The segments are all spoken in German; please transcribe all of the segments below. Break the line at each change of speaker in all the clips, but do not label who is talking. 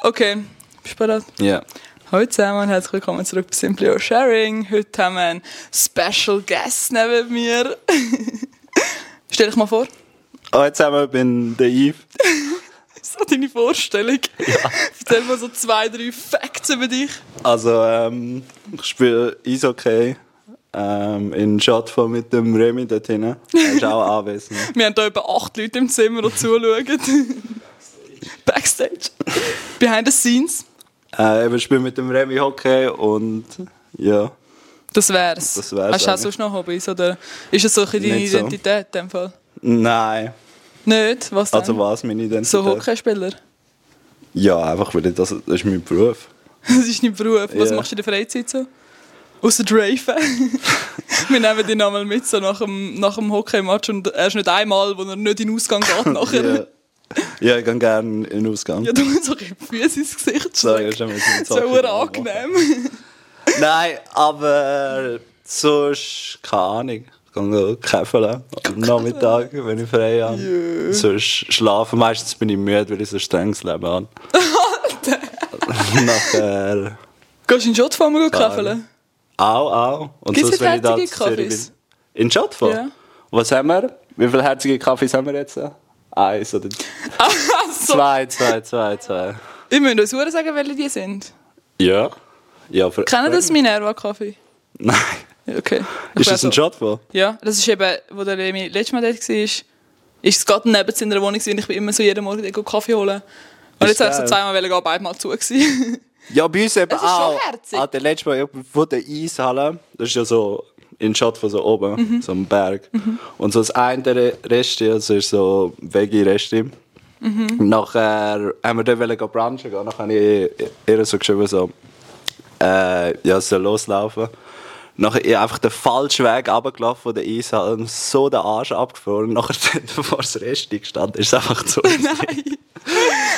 Okay, bist du bereit?
Ja.
Hallo zusammen und herzlich willkommen zurück bei Simply Your Sharing. Heute haben wir einen Special Guest neben mir. Stell dich mal vor.
Hallo zusammen, ich bin der Yves.
So deine Vorstellung. Erzähl mal so zwei, drei Facts über dich.
Also, ähm, ich spiele Eishockey ähm, in Schottfall mit dem Remy dort hinten. Er ist auch anwesend.
Wir haben da etwa acht Leute im Zimmer, die zuschauen. Backstage. Behind the scenes.
Äh, eben, ich spiele mit dem Remy Hockey und ja.
Das wär's. Hast
Das wär's
du auch
eigentlich.
sonst noch Hobbys? Oder ist das so ein bisschen deine
Nicht so.
Identität in dem Fall?
Nein.
Nicht? Was denn?
Also, was meine Identität?
so Hockeyspieler?
Ja, einfach, weil ich das, das ist mein Beruf.
Das ist dein Beruf. Was
Ja.
machst du in der Freizeit so? Außer Draven. Wir nehmen dich nochmal mit, so nach dem, nach dem Hockey-Match. Und er ist nicht einmal, wo er nicht in den Ausgang geht nachher.
Ja, ja ich gehe gerne in den Ausgang.
Ja, du musst auch die Füße ins Gesicht
Sorry, ich
schlagen.
habe schon mal
So urangenehm.
Nein, aber äh, sonst keine Ahnung. Ich gehe käfeln am Nachmittag, wenn ich frei habe. Sonst schlafen. Meistens bin ich müde, weil ich so ein strenges Leben habe. äh, Nachher.
Gehst du in den Schott mal kaufen?
Au, au. Und
Gibt's
sonst,
dort
wenn ich da
herzige
zu Zürich
Kaffees?
bin- In Schottfall?
Ja.
Was haben wir? Wie viele herzige Kaffees haben wir jetzt? Eins oder
so.
zwei, zwei, zwei, zwei.
Ich müsste uns Huren sagen, welche die sind.
Ja. ja für,
Kennen das Minerva-Kaffee?
Nein.
Ja, Okay. Ich
Ist das
weiss
ein
auch.
Schottfall?
Ja, das ist eben, wo der Remi letztes Mal dort war, ist es gerade neben seiner Wohnung gewesen. und ich bin immer so jeden Morgen dort Kaffee holen. Und
Ist
jetzt habe ich so
geil.
zweimal wollen gehen, beide Mal zu. gewesen.
Ja, bei uns eben
Es ist schon
auch.
herzig.
Ah, der letzte Mal von der Eishalle, das ist ja so in Schatten von so oben,
Mhm.
so ein Berg. Und so das eine Re- Reste, das ist so Veggie-Reste.
Mhm.
Nachher haben wir dann wollen gehen brunchen gehen. Nachher habe ich ihr so geschrieben, so, äh, ja, es soll loslaufen. Nachher ich einfach den falschen Weg runtergelaufen von der Eishalle und so den Arsch abgefroren. Nachher, bevor das Reste gestanden ist, ist es einfach so.
Nein.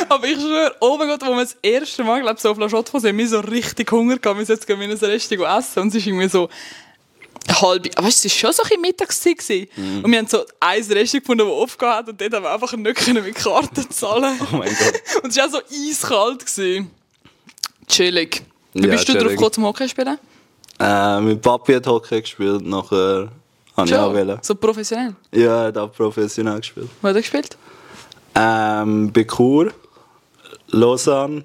Aber ich schwöre, oh mein Gott, wo wir das erste Mal glaub, so auf La Chotte waren, haben wir so richtig Hunger gehabt. Wir sollten in ein Restaurant essen. Und es ist irgendwie so halb. Aber weißt du, es war schon so ein bisschen Mittagszeit. gewesen.
Mhm.
Und wir haben so ein Restaurant gefunden, das aufgehört hat. Und dort haben wir einfach nicht können mit Karten zahlen
Oh mein Gott.
Und es war auch so eiskalt. Gewesen. Chillig. Wie
Ja,
bist du
chillig.
drauf gekommen zum Hockey spielen?
Äh, mit Papi hat Hockey gespielt, nachher habe ich auch wählen.
So professionell.
Ja, er hat auch professionell gespielt.
Wo hat er gespielt?
Ähm, bei Chur, Lausanne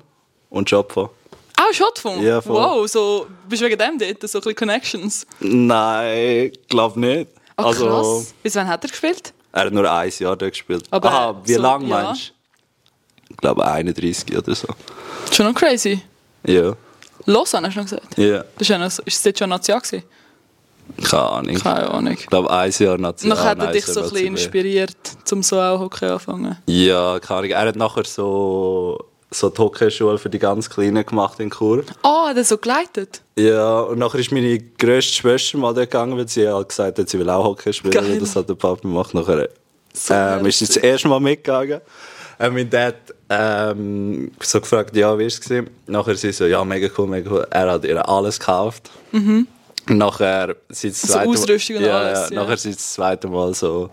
und Schopfer.
Ah, Schottfunk?
Ja, voll.
Wow, so, bist du wegen dem dort? So ein bisschen Connections.
Nein, glaub nicht.
Ah, krass.
also,
Bis wann hat er gespielt?
er hat nur ein Jahr dort gespielt.
Aber
Aha, wie
so,
lang
ja.
meinst du? Ich glaube 31 oder so.
Schon noch crazy.
Ja,
Lausanne hast du noch gesagt?
ja,
Das ist, ja noch, so- ist das jetzt schon Nazi gewesen?
keine Ahnung.
Keine Ahnung.
Ich glaube, ein Jahr National.
Noch hat er
ein
dich
Jahr
so ein bisschen
NZB.
inspiriert, um so auch Hockey anfangen.
Ja, keine Ahnung. Er hat nachher so, so die Hockeyschule für die ganz Kleinen gemacht in Chur.
Ah, hat er so geleitet?
Ja, und nachher ist meine grösste Schwester mal dort gegangen, weil sie halt gesagt hat, sie will auch Hockey spielen.
Geil.
Und das hat der Papa gemacht. Nachher ähm,
herzig.
ist sie das erste Mal mitgegangen. Und Äh, mein Dad ähm, so gefragt, ja, wie war es? gewesen? Nachher sie so, ja, mega cool, mega cool. Er hat ihr alles gekauft. Und nachher sie das
Mhm. Also
zweite
Ausrüstung und
ja,
alles,
Ja.
ja.
Nachher sie das zweite Mal so,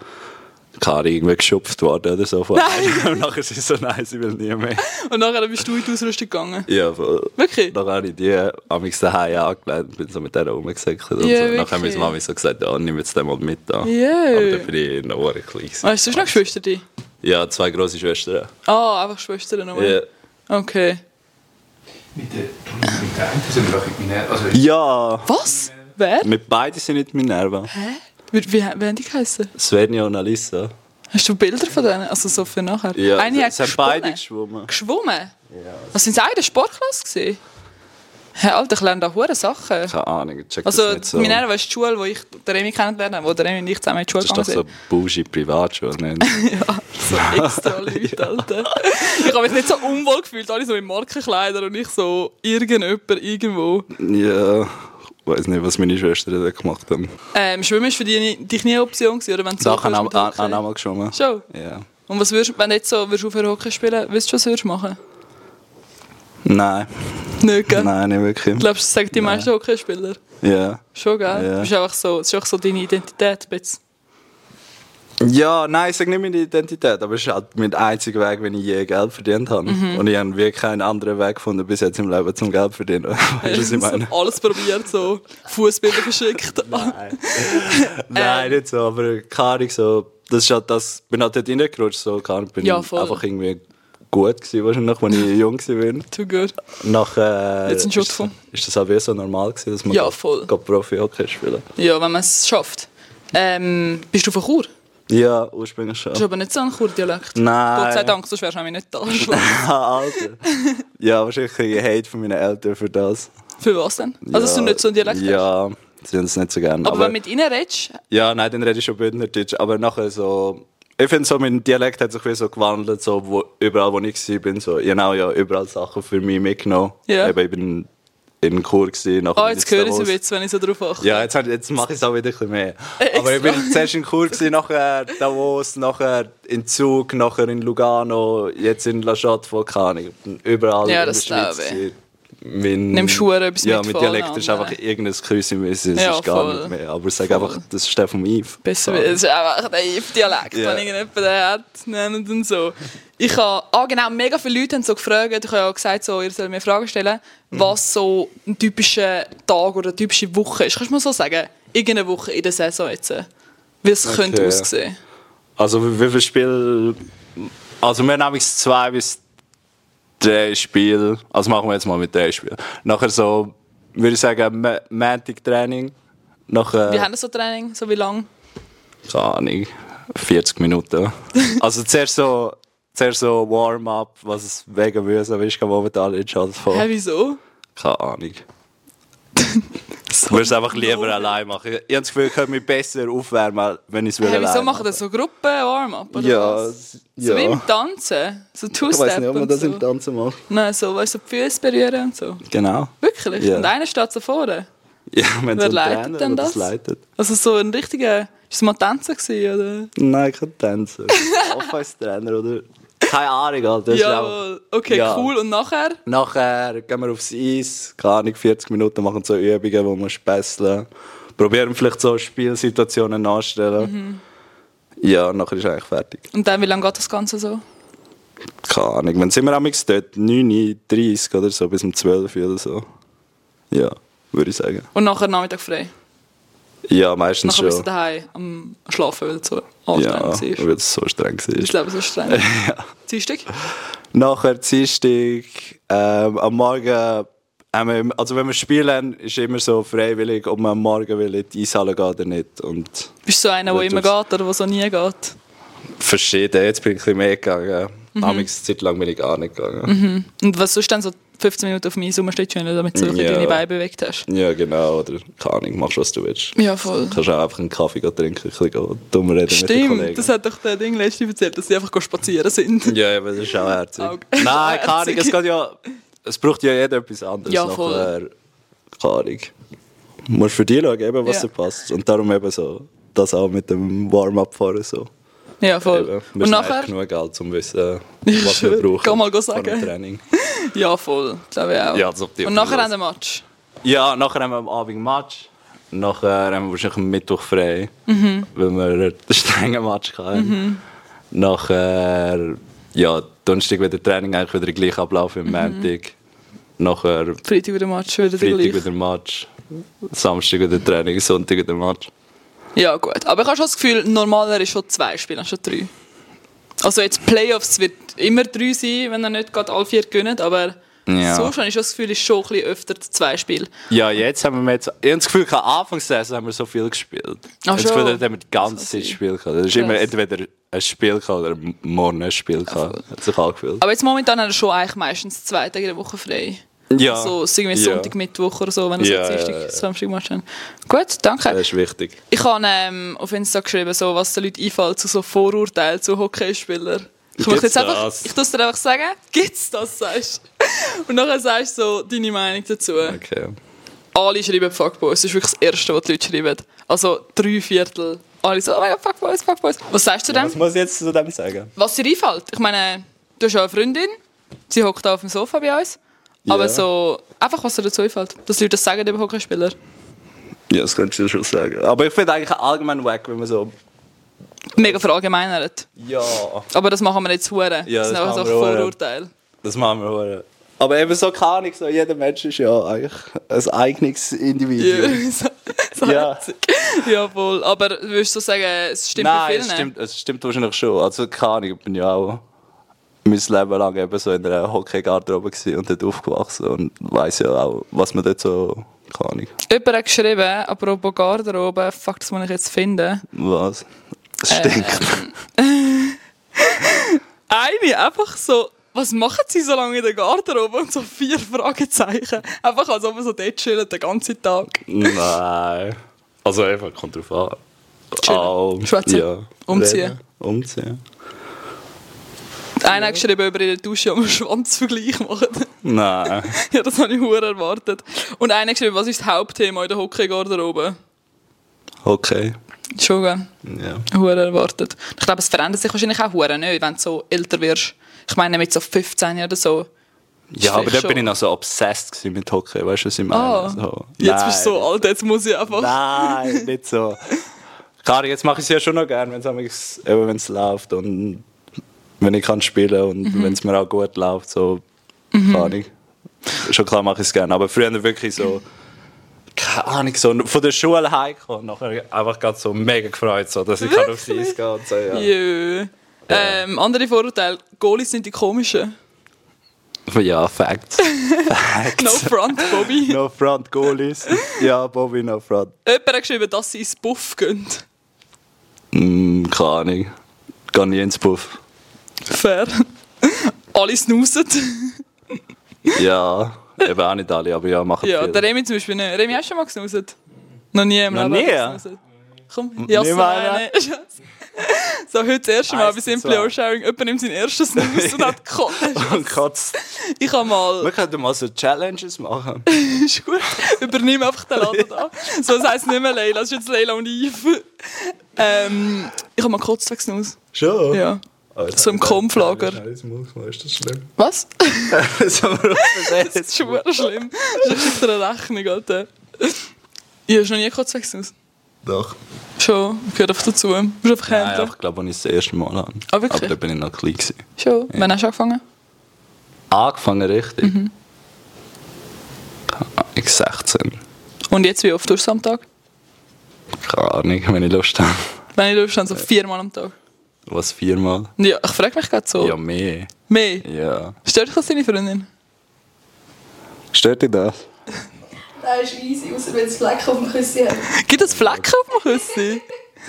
keine Ahnung, irgendwie geschupft worden oder so. von
Nein.
einem. Und nachher sie so, nein, sie will nie mehr.
Und nachher bist du in die Ausrüstung gegangen.
Ja, voll.
Wirklich?
Dann habe ich die am nächsten daheim angelegt und bin so mit denen rumgesäckelt. und
Ja,
so. Dann haben
wirklich.
meine Mami so gesagt, ja, nimm jetzt den mal mit. Da.
Ja. Ah,
Und dann bin ich in den Ohren klein. gewesen.
Hast du sonst noch Geschwister? die?
Ja, zwei grosse Schwestern.
Ah, einfach Schwestern. oder?
Ja.
Okay.
Mit der Entschuldigung, mit der einen sind wir doch in Minerva. Also,
ja,
Was? Wer?
mit beiden sind nicht Minerva.
Hä? Wie, wie, wie haben die geheißen?
Svenja und Alissa.
Hast du Bilder von denen? Also so für nachher?
Ja,
Eine hat
es haben beide
geschwommen.
geschwommen.
Geschwommen? Ja. Was sind sie auch in der Sportklasse gesehen? Hä, Alter, ich lerne da hure Sachen.
Keine Ahnung, check das
Also
nicht so.
Minerva ist die Schule, wo ich den Remi kennengelernt habe, wo der Remi und ich zusammen in die Schule
das ist doch
gegangen
so
sind.
bougie Privatschule. nicht?
So extra Leute, Alter. Ich habe mich nicht so unwohl gefühlt, alle so in Markenkleider und ich so irgendjemand irgendwo.
ja, ich weiß nicht, was meine Schwestern da gemacht haben.
Ähm, Schwimmen ist für dich, dich nie eine Option gewesen, oder wenn du
Doch,
aufhörst
haben
mit
auch ah,
Hockey?
haben auch mal geschwommen.
Schon?
Ja.
Und was würdest, wenn du jetzt so würdest aufhören Hockey spielen, würdest du was würdest du machen?
Nein,
Nicht, gell?
nein, nicht wirklich.
Glaubst du, das sagen die meisten Hockeyspieler?
Ja.
Schon, gell?
Ja.
Das ist einfach so, das ist einfach so deine Identität. Ein bisschen.
Ja, nein, ich sage nicht meine Identität, aber es ist halt mein einziger Weg, wenn ich je Geld verdient habe.
Mhm.
Und ich habe wirklich keinen anderen Weg gefunden bis jetzt im Leben zum Geld verdienen. Weißt du, was ich meine?
alles probiert, so Fußbilder geschickt.
Nein,
Ähm.
nicht so, aber keine Ahnung, so, das ist halt das, bin halt dort reingerutscht, so, keine Ahnung, bin
Ja, voll.
einfach irgendwie gut gewesen, wahrscheinlich, als ich jung war.
Too good.
Nachher
Jetzt ein Shot
äh, ist,
von.
ist das auch wie so normal gewesen, dass man
Ja,
grad-
voll.
grad Profi-Hockey spielen
Ja, wenn man es schafft. Ähm, bist du von Chur?
Ja, ursprünglich schon.
Das ist aber nicht so ein Chur-Dialekt.
Nein.
Gott sei Dank, sonst wärst du nämlich nicht da.
Ah, Alter. ja, wahrscheinlich kriege ich Hate von meinen Eltern für das.
Für was denn? Also, dass du nicht so ein Dialekt hast.
Ja, sie haben es nicht so gerne.
Aber,
Aber,
wenn du mit ihnen redest,
ja, nein, dann rede ich schon Bündnerdeutsch. Aber nachher so... Ich finde so, mein Dialekt hat sich wie so gewandelt, so wo, überall wo ich war, bin so, genau, ja, überall Sachen für mich mitgenommen.
Ja.
Eben, ich bin in Chur gewesen, nachher
ah,
bin
jetzt
in
höre ich
Davos.
sie jetzt, wenn ich so drauf achte.
Ja, jetzt, hab- jetzt mache ich es auch wieder ein bisschen mehr.
Äh,
Aber ich
extra.
bin zuerst in Chur, gewesen, nachher Davos, nachher in Zug, nachher in Lugano, jetzt in La Chaux de Volcanic. Überall
Ja,
in der
das
Schweiz.
glaub ich.
gewesen. Mein,
Nimmst du etwas
Ja,
mit
mein
von
Dialekt
allen
ist
anderen.
einfach irgendein Krüsimüsse, es
Ja,
ist gar
voll.
nicht mehr. Aber sag einfach, das ist der vom Yves.
Besser wird es ist einfach der Dialekt,
Ja.
wenn irgendjemand den hat. Nennen und so. Ich habe, ah genau, mega viele Leute haben so gefragt, ich habe ja gesagt, so, ihr sollt mir Fragen stellen,
Mhm.
was so ein typischer Tag oder eine typische Woche ist. Kannst du mal so sagen, irgendeine Woche in der Saison jetzt, äh, wie es
Okay.
könnte aussehen.
Also wie, wie viel Spiel... Also wir nehmen es zwei bis drei Spiele. Also machen wir jetzt mal mit drei Spielen. Nachher so, würde ich sagen, Ma- Mantic-Training. Nachher...
Wie haben das so Training, so wie lange?
keine Ahnung, 40 Minuten. Also zuerst so, zuerst so Warm-up, was es wegen mühsam ist, kann momentan nicht schon
Hä,
von.
wieso?
halt Keine Ahnung. Ich würde es einfach lieber allein machen. Ich habe das Gefühl, ich könnte mich besser aufwärmen, wenn ich es
Hä,
allein
wieso machen das so Gruppen, Warm-up oder
Ja,
was?
s-
So wie
ja.
im Tanzen, so
Ich weiß
Two-Step
nicht, ob man
und
das
so.
im Tanzen macht.
Nein, so, weißt du, so die Füße berühren und so.
Genau.
Wirklich?
Ja.
Und einer steht so vorne?
Ja, wenn
Wer
so ein
leitet
Trainer
denn
oder das
das?
leitet.
Also so ein richtiger... Ist es mal Tänzer gewesen, oder?
Nein, kein Tänzer. Office-Trainer oder... Keine Ahnung, Alter. das ist auch-
Jawohl. Okay,
Ja.
cool. Und nachher?
Nachher gehen wir aufs Eis, keine Ahnung, 40 Minuten machen so Übungen, wo wir spesseln. Probieren vielleicht so Spielsituationen nachstellen. Ja, nachher ist eigentlich fertig.
Und dann, wie lange geht das Ganze so?
Keine Ahnung. Wann sind wir am dort? 9.30 Uhr oder so, bis um 12 Uhr oder so. Ja, würde ich sagen.
Und nachher Nachmittag frei?
Ja, meistens
Nachher bist du
schon.
daheim am Schlafen, weil du so
Ja,
anstrengend warst.
weil es so streng
Das
war.
Leben so streng. Dienstag?
Nachher Dienstag, ähm, am Morgen, haben wir- also wenn wir spielen, ist immer so freiwillig, ob man am Morgen will in die Eishalle gehen oder nicht. Und
Bist du so einer, der
Wird
immer
das-
geht oder der so nie geht?
verschieden. Jetzt bin ich ein bisschen mehr gegangen. Mhm. Eine Zeit lang bin ich gar nicht
Mhm.
gegangen.
Und was sonst dann so 15 Minuten auf dem Eis rumstehst, wenn du damit so ein bisschen
Ja.
deine Beine bewegt hast?
Ja, genau. Oder keine Ahnung, machst was du willst.
Ja, voll.
Kannst auch einfach einen Kaffee gehen trinken, ein bisschen gehen dumm reden mit den Kollegen.
Stimmt, das hat doch der Ding letztens erzählt, dass sie einfach spazieren sind.
ja, aber das ist auch herzig.
Auch-
Nein, keine Ahnung,
Herzig.
es geht ja... Es braucht ja jeder etwas anderes.
Ja, voll.
Nachher, keine Ahnung. Du musst für dich schauen, eben, was
Ja.
dir passt. Und darum eben so, das auch mit dem Warm-up fahren so.
Ja, voll.
Eben, wir
Und
sind
nachher?
eigentlich genug Geld, um zu wissen,
Ich
was wir
schwöre,
brauchen.
kann mal go
vor dem
sagen.
Training.
Ja, voll. Glaube ich auch.
Ja, als ob die
Und nachher
los-
haben wir Match.
Ja, nachher haben wir am Abend Match. Nachher haben wir wahrscheinlich am Mittwoch frei,
Mhm.
weil wir einen strengen Match hatten. Nachher, ja, Donnerstag wieder Training, eigentlich wieder der gleiche Ablauf wie
Mhm.
am Montag. Nachher
Freitag wieder Match, wieder der
Freitag
gleiche.
wieder Match, Samstag wieder Training, Sonntag wieder Match.
Ja, gut. Aber ich habe schon das Gefühl, normaler ist schon zwei Spiele, anstatt drei. Also jetzt Playoffs wird immer drei sein, wenn er nicht gerade alle vier gewinnt, aber
Ja.
so schon habe ich schon das Gefühl, ist schon ein bisschen öfter zwei Spiele.
Ja, jetzt haben wir jetzt, ich habe das Gefühl, am Anfang der Saison haben wir so viel gespielt. Ich habe das
schon.
Gefühl, dort haben wir die ganze Zeit Spiel gehabt. Das ist immer
Krass.
entweder ein Spiel gehabt oder morgen ein Spiel gehabt. Hat sich angefühlt.
Aber jetzt momentan hat er schon eigentlich meistens zwei Tage in der Woche frei.
Ja.
So irgendwie
Ja.
Sonntag, Mittwoch oder so, wenn er
Ja,
so
ja,
Dienstag,
ja. Äh,
Samstag Match hat. Gut, danke.
Das ist wichtig.
Ich habe ähm, auf Insta geschrieben, so, was den Leuten einfällt zu so Vorurteilen zu Hockeyspielern. Ich möchte
Gibt's
jetzt einfach,
das?
ich muss dir einfach sagen, gibt's das, sagst du. Und nachher sagst du so deine Meinung dazu.
Okay.
Alle schreiben Fuckboys, das ist wirklich das Erste, was die Leute schreiben. Also drei Viertel. Alle so, oh mein Gott, Fuckboys, Fuckboys. Was sagst du zu
Was
dem?
muss ich jetzt zu dem sagen?
Was dir einfällt? Ich meine, du hast ja eine Freundin, sie hockt auf dem Sofa bei uns. Aber
Ja.
so, einfach was dir dazu einfällt, dass die Leute das sagen über Hockeyspieler.
Ja, das könntest du schon sagen. Aber ich finde eigentlich allgemein wack, wenn man so
mega verallgemeinert.
Ja.
Aber das machen wir jetzt hure.
Ja,
das sind
das
einfach so
machen wir hure.
Vorurteile.
Das machen wir auch. Aber eben so keine Ahnung, so jeder Mensch ist ja eigentlich ein eigenes Individuum.
Ja, so, so
Ja.
herzig. Jawohl. Aber würdest du sagen, es stimmt bei
Nein,
vielen?
es stimmt, es stimmt wahrscheinlich schon. Also keine Ahnung, ich bin ja auch mein Leben lang eben so in einer Hockeygarderobe gewesen und dort aufgewachsen und weiß ja auch, was man dort so, keine Ahnung,
Jemand hat geschrieben, apropos Garderobe, fuck, das muss ich jetzt finden.
was. Ähm, Es stinkt.
Eine einfach so, was machen sie so lange in der Garderobe? Und so vier Fragezeichen. Einfach als ob wir so dort chillen den ganzen Tag.
Nein. Also einfach kommt drauf an.
Chillen. Schwätzen. Umziehen.
Reden. Umziehen.
Einer hat geschrieben, über ihre Dusche am Schwanzvergleich machen.
Nein.
ja, das habe ich hure erwartet. Und einer hat geschrieben, was ist das Hauptthema in der Hockey-Garderobe?
Okay.
Schon, gell?
Ja.
Hure erwartet. Ich glaube, es verändert sich wahrscheinlich auch hure nicht, wenn du so älter wirst. Ich meine, mit so 15 oder so.
Ja, aber
vielleicht
dort bin ich
schon.
noch so obsessed gewesen mit Hockey, weißt du, was ich meine?
Ah,
so.
jetzt
Nein.
bist du so alt, jetzt muss ich einfach.
Nein, nicht so. Klar, jetzt mache ich es ja schon noch gern, wenn es läuft und wenn ich kann spielen und
Mhm.
wenn es mir auch gut läuft, so, keine Ahnung. Schon klar mache ich es gerne, aber früher wirklich so, keine Ahnung, so von der Schule heimgekommen und nachher einfach gerade so mega gefreut, so, dass ich kann aufs Eis gehen und so, ja.
Jö. Ähm, andere Vorurteile, Goalies sind die komischen.
Ja, Facts.
No front, Bobby.
No front Goalies. Ja, Bobby, no front.
Jemand hat geschrieben, dass sie ins Buff gehen.
Mm, keine Ahnung. Gar nie ins Puff.
Fair. Alle snoosen.
Ja, eben auch nicht alle, aber ja, machen
Ja,
viele.
der Remi zum Beispiel nicht. Remi, hast du schon mal gesnoosen? Noch nie im
Noch
Leben
nie?
gesnoosen. Komm, Jasse, nein,
meine.
nein. So, heute das erste Mal
Eins,
bei Simple
zwei.
Oversharing. Jemand nimmt seinen ersten Snooze und hat gekotzt.
Und Katz.
Ich habe mal...
Wir könnten mal so Challenges machen.
ist gut. Übernehme einfach den Laden da. So, das heisst nicht mehr Leila, das ist jetzt Leila und Yves. Ähm, ich habe mal kurz gesnoost.
Schon? Ah,
Ja. So im Kampflager.
Ist das schlimm?
Was?
so
Das ist schon verdammt schlimm. Das ist echt eine Rechnung, Alter. Ich habe noch nie kurz gesnoost.
Doch.
Schon, gehört einfach dazu. Du bist einfach
Nein,
Händler.
ich glaube, als ich das erste Mal an.
Ah, wirklich?
Aber da bin ich noch klein. Gewesen.
Schon. Wann hast du angefangen?
Angefangen richtig.
Mhm.
Ich 16.
Und jetzt, wie oft tust du es am Tag?
Keine Ahnung, wenn ich Lust habe.
Wenn ich Lust habe, so
Äh.
viermal am Tag.
Was, viermal?
Und Ja, ich frage mich gerade so.
Ja, mehr.
Mehr?
Ja.
Stört dich das deine Freundin?
Stört dich das?
Der ist easy, außer wenn es Flecken auf dem Küsschen hat.
Gibt es Flecken auf dem Küssi?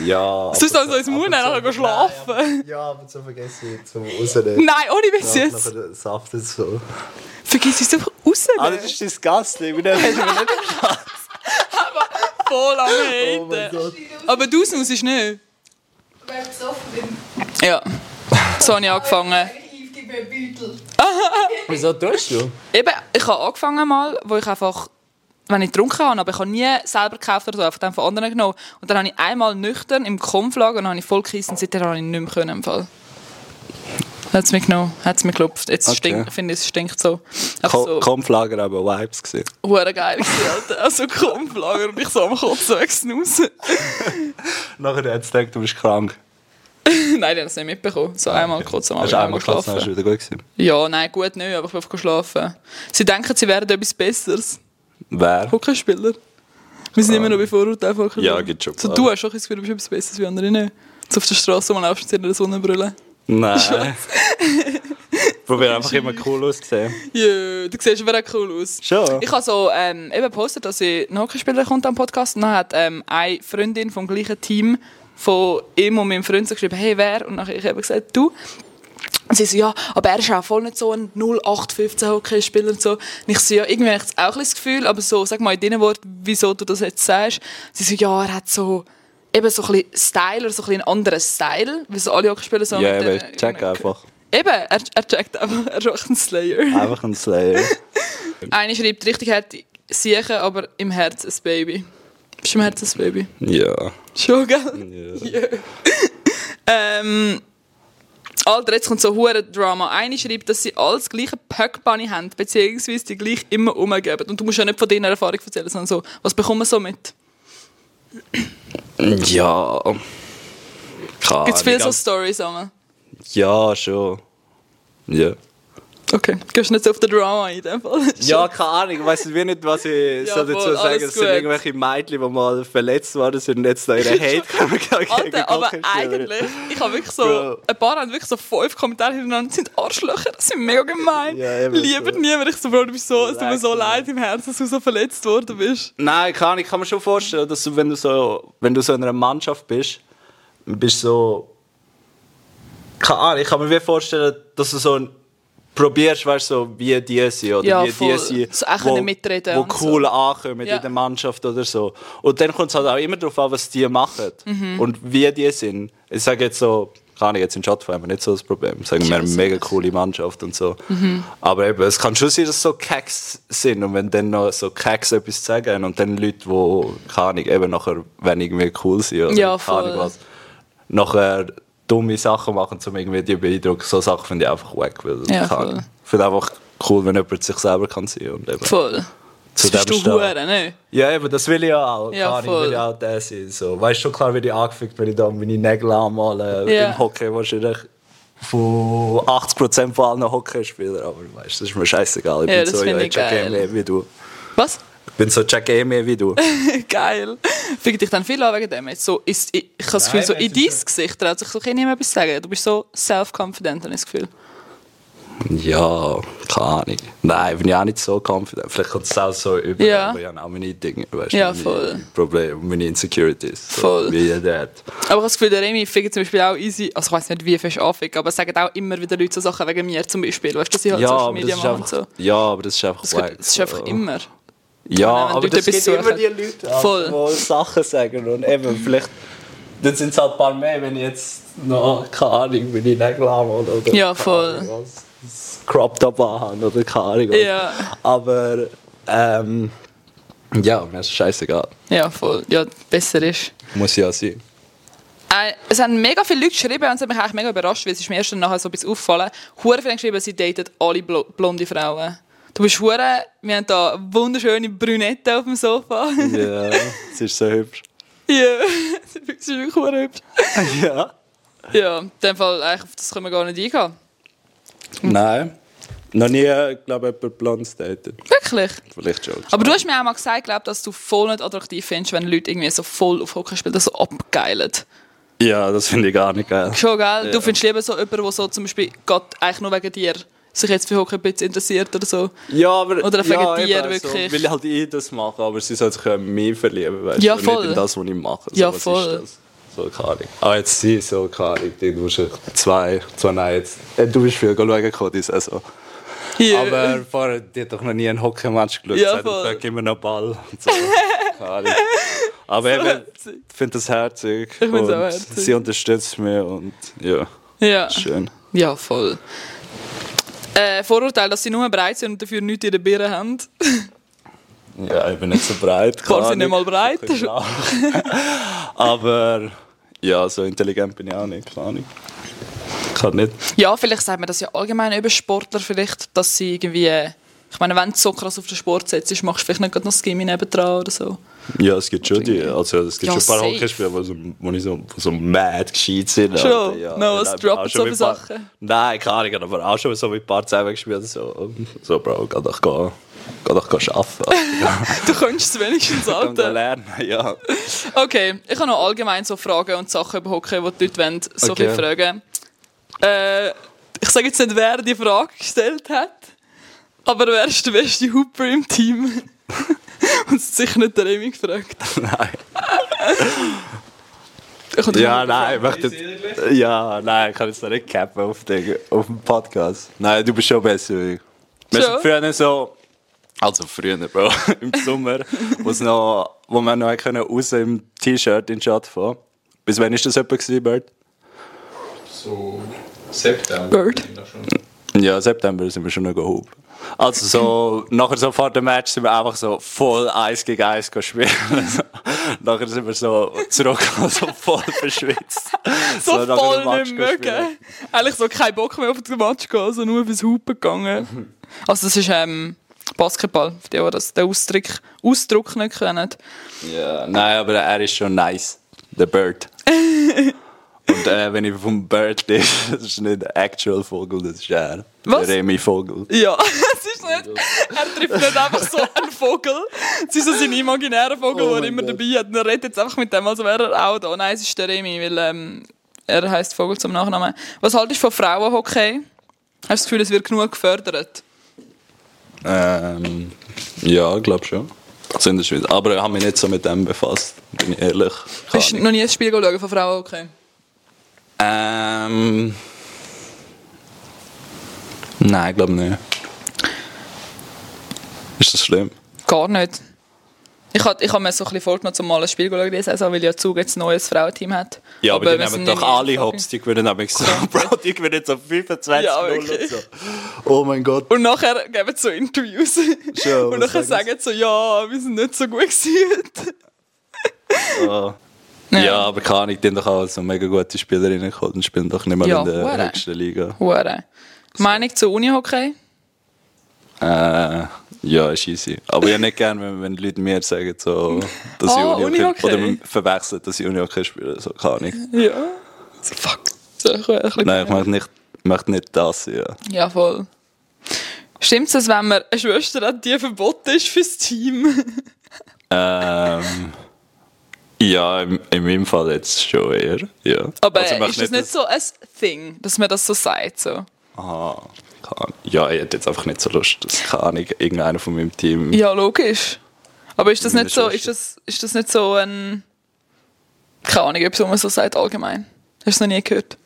Ja.
Sonst soll sie ins Mund nehmen, nachher gehen schlafen.
Ja, aber so vergesse ich zum Rausnehmen.
Nein, ohne Witz jetzt.
Saft und so.
Vergiss es einfach raus.
Ah, das ist dein Gastli. Wir nehmen nicht
Voll
Oh
am Haten. Aber du snoost nicht.
Wenn ich besoffen bin,
Ja. So habe ich angefangen.
sage ich, Yves, gib mir einen Beutel.
Wieso tust du?
Eben, ich habe angefangen mal, wo ich einfach, wenn ich getrunken habe, aber ich habe nie selber gekauft oder so, einfach dann von anderen genommen. Und dann habe ich einmal nüchtern im Konflag und dann habe ich voll gekissen und seitdem habe ich nicht mehr können im Fall. Hat es mich genommen, hat es mich geklopft. Jetzt
Okay.
stinkt, finde ich, es stinkt so. Einfach
Ko
so,
Kampflager haben Vibes gesehen.
hure geil gewesen, Alter. Also Konflager und ich so am Kotzen wegsnausen.
Nachher hat es gedacht, du bist krank.
nein, ich habe das nicht mitbekommen. So einmal kurz am
Hast
Abend
du einmal geschlafen, hast
geschlafen.
du wieder gut gewesen.
Ja, nein, gut nicht, aber ich bin einfach schlafen. Sie denken, sie wären etwas Besseres.
Wer?
Hockeyspieler. Wir sind immer noch bei Vorurteilen von
Ja, gibt schon
So,
paar.
du hast auch das Gefühl, du bist etwas Besseres wie andere nicht. So auf der Straße rumlaufst und sie in der Sonnenbrille.
Nein. Probier einfach immer cool auszusehen.
Jö, du siehst aber auch cool aus.
Schon?
Ich habe so ähm, eben gepostet, dass ich einen Hockeyspieler kommt am Podcast und dann hat ähm, eine Freundin vom gleichen Team von ihm und meinem Freund so geschrieben, hey, wer? Und dann habe ich eben gesagt, du. Und sie so, ja, aber er ist auch voll nicht so ein 0815 Hockeyspieler und so. Und ich so, ja, irgendwie habe ich jetzt auch ein bisschen das Gefühl, aber so, sag mal in deinen Worten, wieso du das jetzt sagst. Sie so, ja, er hat so eben so ein bisschen Style oder so ein bisschen einen anderen Style, wie so alle Hockeyspieler so
Ja,
mit
eben,
der-
check einfach.
Eben, er, er checkt einfach, er ist auch ein Slayer.
Einfach ein Slayer.
Eine schreibt, richtig hätte Siechen, aber im Herz ein Baby. Bist du im Herz ein Baby?
Ja.
Schon, gell?
Ja.
Ähm, Alter, jetzt kommt so hure Drama. Eine schreibt, dass sie alles gleiche Pöckbunny haben, beziehungsweise die gleich immer umgeben. Und du musst ja nicht von deiner Erfahrung erzählen, sondern so, was bekommen wir so mit?
Ja. Keine
Gibt es viele so
Ahnung.
Storys zusammen?
Ja, schon. Ja.
Okay, gehst nicht so auf den Drama ein, in dem Fall.
Ja, keine Ahnung, ich weiss wie nicht, was ich
Ja,
so
voll,
dazu sagen
alles
Es sind
gut.
irgendwelche Mädchen, die mal verletzt worden sind und jetzt da ihre Hate kommen gegen
Alter, aber
Gockenstürmer.
eigentlich, ich habe wirklich
Bro.
so, ein paar haben wirklich so fünf Kommentare hintereinander, sind Arschlöcher, das sind mega gemein.
Ja, eben,
Lieber
so.
niemand, ich so, Bro, du bist so, es tut mir so
Leck,
leid im Herzen, dass du so verletzt worden bist.
Nein, keine Ahnung, ich kann mir schon vorstellen, dass du, wenn du so, wenn du so in einer Mannschaft bist, bist so. Keine Ahnung, ich kann mir wie vorstellen, dass du so ein. Probierst, weißt du, so, wie die sind oder
Ja,
wie
voll.
die sind,
So auch können mitreden
wo
und so.
cool ankommen
Ja.
in der Mannschaft oder so. Und dann kommt es halt auch immer darauf an, was die machen
Mhm.
und wie die sind. Ich sage jetzt so, keine Ahnung, jetzt in Schottland haben wir nicht so das Problem. Sagen wir, wir haben eine mega coole Mannschaft und so.
Mhm.
Aber eben, es kann schon sein, dass so Keks sind und wenn dann noch so Keks etwas zu sagen haben und dann Leute, die, keine Ahnung, eben nachher, wenn irgendwie cool sind oder
Ja,
keine Ahnung
voll.
was, nachher dumme Sachen machen, um irgendwie die beeindrucken. So Sachen finde ich einfach wack. Weil
Ja,
keine Ahnung.
voll.
Ich finde einfach cool, wenn jemand sich selber kann sein und eben
Voll. Das
zu
bist
dem
du
stehen.
Hure, ne?
Ja, eben, das will ich ja auch.
Ja,
Ja, Ich
voll.
will ja auch das sein. So. Weißt du, schon klar werde ich angefickt, wenn ich da meine Nägel anmale.
Ja.
Im Hockey wahrscheinlich von 80% von allen Hockeyspielern. Aber weißt, das ist mir scheißegal. Ich
Ja,
bin
das
so, ja,
finde
ich
ich
checke
geil.
mehr wie du.
Was?
Ich bin so, checke mehr wie du.
Geil. Fick dich dann viel an wegen dem. Jetzt so, ist, ich, ich habe das Gefühl, so
Nein,
in
das
dein
ist
Gesicht traut sich so keiner mehr etwas sagen. Du bist so self-confident, habe ich das Gefühl.
ja, keine Ahnung. Nein, bin ich auch nicht so confident. Vielleicht kommt es auch so über,
Ja.
aber ich habe auch meine Dinge. Weißt,
Ja,
meine
voll.
Probleme, meine Insecurities. So,
Voll.
Wie jeder hat.
Aber ich habe das Gefühl, der Remy fickt zum Beispiel auch easy, also ich weiß nicht, wie fest anfickt, aber es sagen auch immer wieder Leute so Sachen wegen mir zum Beispiel. Weißt du, dass ich halt Social
aber das
Media
ist
mache
einfach,
und so.
ja, aber das ist einfach
Das,
wack,
gehört- das ist einfach
so.
immer.
Ja,
Wenn
aber
Leute
das
etwas
gibt immer
suchen.
die Leute, ab,
Voll.
die Sachen sagen. Und eben, vielleicht dann sind es halt ein paar mehr, wenn ich jetzt noch, keine Ahnung, wenn ich Nägel habe oder, oder
Ja,
keine
voll.
Ahnung was, das Crop Top anhabe oder keine Ahnung was.
Ja.
Aber, ähm, ja, mir ist scheißegal.
Ja, voll. Ja, besser ist.
Muss ja sein.
Äh, es haben mega viele Leute geschrieben und es hat mich eigentlich mega überrascht, weil es ist mir erst dann nachher so ein bisschen auffallen. Hure viele haben geschrieben, sie daten alle blo blonde Frauen. Du bist hure, wir haben da wunderschöne Brünette auf dem Sofa.
Ja, es ist so hübsch.
Ja, sie ist wirklich hure hübsch.
ja.
Ja, in dem Fall, eigentlich, auf das können wir gar nicht eingehen.
Nein. Noch nie, glaube ich, jemand blond datet.
Wirklich?
Vielleicht schon.
Aber du hast mir auch mal gesagt, glaub, dass du voll nicht attraktiv findest, wenn Leute irgendwie so voll auf Hockey spielen, so abgeilen.
Ja, das finde ich gar nicht geil.
Schon, gell? Du
Ja.
findest lieber so jemanden, der so zum Beispiel Gott eigentlich nur wegen dir sich jetzt für Hockey ein bisschen interessiert oder so.
Ja, aber.
Oder wegen
ja,
dir
eben,
wirklich.
So, weil halt ich das mache, aber sie soll sich ja in mich verlieben, weißt
Ja,
du?
voll.
Nicht in das, was ich mache. So,
Ja,
was
voll.
Ist das? So, keine Ahnung. Ah, jetzt sie, so, keine Ahnung. Du musst zwei, zwei, nein, jetzt. Äh, du bist viel schauen, Cody, also.
Ja.
Aber vorher, die hat doch noch nie einen Hockeymatch geschaut.
Ja,
Ja,
voll.
da gib mir noch Ball. Und so. Keine Ahnung. Aber eben,
herzig.
ich finde das herzig. Ich
find's auch herzig.
Sie unterstützt mich und ja,
ja.
schön.
Ja, voll. Äh, Vorurteil, dass sie nur breit sind und dafür nichts in den Birnen haben.
Ja, ich bin nicht so breit.
Paar
keine
sind nicht
Ahnung.
mal breit.
Genau. Aber ja, so intelligent bin ich auch nicht, keine Ahnung. Kann nicht.
Ja, vielleicht sagt man das ja allgemein über Sportler vielleicht, dass sie irgendwie... äh, Ich meine, wenn du so krass auf den Sport setzt, machst du vielleicht nicht gerade noch Skimmy nebendran oder so.
Ja, es gibt schon die, also es gibt
Ja,
schon ein paar
safe.
Hockeyspieler, die so, wo ich so, wo so mad gescheit sind.
Schon?
Alter, ja.
No, es
Nein,
droppen
auch schon
so
mit
viele
paar-
Sachen.
Nein, keine Ahnung, aber auch schon so mit ein paar zusammen gespielt. So, so Bro, geh doch, gehen, geh doch gehen arbeiten.
Du könntest es wenigstens,
Geh doch
Alter.
lernen, ja.
Okay, ich habe noch allgemein so Fragen und Sachen über Hockey, die die Leute wollen, so
Okay.
viele Fragen. Äh, ich sage jetzt nicht, wer die Frage gestellt hat, aber wer ist der beste Hooper im Team? und es hat sicher nicht der Remy gefragt.
Nein.
Ich habe
Ja, nein, mach das. Ja, nein, ich kann jetzt noch nicht cappen auf den, auf den Podcast. Nein, du bist schon besser. Wir
Schon?
sind früher so. Also früher, Bro, im Sommer, wo's noch, wo wir noch können raus im T-Shirt in den Chat fahren. Bis wann ist das jemand gewesen, Bert?
So September.
Bird.
bin ich da schon.
Ja, September sind wir schon noch gehoben. Also so, nachher so vor dem Match sind wir einfach so voll Eis gegen Eis gespielt. nachher sind wir so zurückgekommen, so voll verschwitzt.
so
nach dem
voll
Match
nicht
gespielt.
mögen. Eigentlich so keinen Bock mehr auf den Match gehen, also nur fürs Hupen
Mhm.
gegangen. Also das ist ähm, Basketball, für die, die das, den Ausdruck, Ausdruck nicht kennen.
nou Ja, nein, aber er ist schon nice. Der Bird. Und Und äh, wenn ich vom Bird lese, das ist nicht der actual Vogel, das ist er.
Was?
Der Remy Vogel.
Ja, es ist nicht. Er trifft nicht einfach so einen Vogel. Es ist so sein imaginärer Vogel,
Oh
der
mein
immer
Gott.
dabei hat. Und er redet jetzt einfach mit dem, als wäre er auch da. Nein, es ist der Remy, weil ähm, er heißt Vogel zum Nachnamen. Was haltest du von Frauenhockey? Hast du das Gefühl, es wird genug gefördert?
Ähm, ja, ich glaube schon. So in der Schweiz. Aber ich habe mich nicht so mit dem befasst, bin ich ehrlich. Keine
Bist du
Ahnung.
noch nie ein Spiel schauen von Frauenhockey?
Ähm. Nein, ich glaube nicht. Ist das schlimm?
Gar nicht. Ich habe ich hab mir so ein bisschen vorgenommen, zum mal ein Spiel zu schauen, diese Saison, weil ja Zug jetzt ein neues Frauenteam hat. wir sind nicht in der Lage.
die gewinnen nämlich so. Bro, die gewinnen so 25
Ja,
Null
wirklich.
so. Oh mein Gott.
Und nachher geben sie so Interviews. und
Schon, was
nachher
sagen
sagen sie so, ja, wir sind nicht so gut gewesen.
Ja, aber keine Ahnung, die haben doch auch so mega gute Spielerinnen geholt und spielen doch nicht mal
Ja,
in der
hure.
höchsten Liga.
Hure. Meinung zu Unihockey?
Äh, ja, ist easy. Aber ich habe nicht gerne, wenn, wenn die Leute mir sagen, so, dass
Ah,
ich
Unihockey.
Oder verwechseln, dass ich Unihockey spiele. So, keine Ahnung.
Ja. So, fuck. So, ich will ein bisschen-
Nein, ich möchte nicht, möchte nicht das, ja.
Ja, voll. Stimmt es, wenn man eine Schwester hat, die verboten ist fürs Team?
Ähm, ja, in, in meinem Fall jetzt schon eher. Ja.
Aber
Also, ich
ist
möchte
das nicht so ein Thing, dass man das so sagt? So?
dass- Aha. keine Ahnung. Ah, Ja, ich hätte jetzt einfach nicht so Lust, dass keine Ahnung, irgendeiner von meinem Team.
Ja, logisch. Aber ist das
Meine
nicht so,
Schwester.
ist das, ist das nicht so ein... Keine Ahnung, ob es man so sagt allgemein. Hast du es noch nie gehört?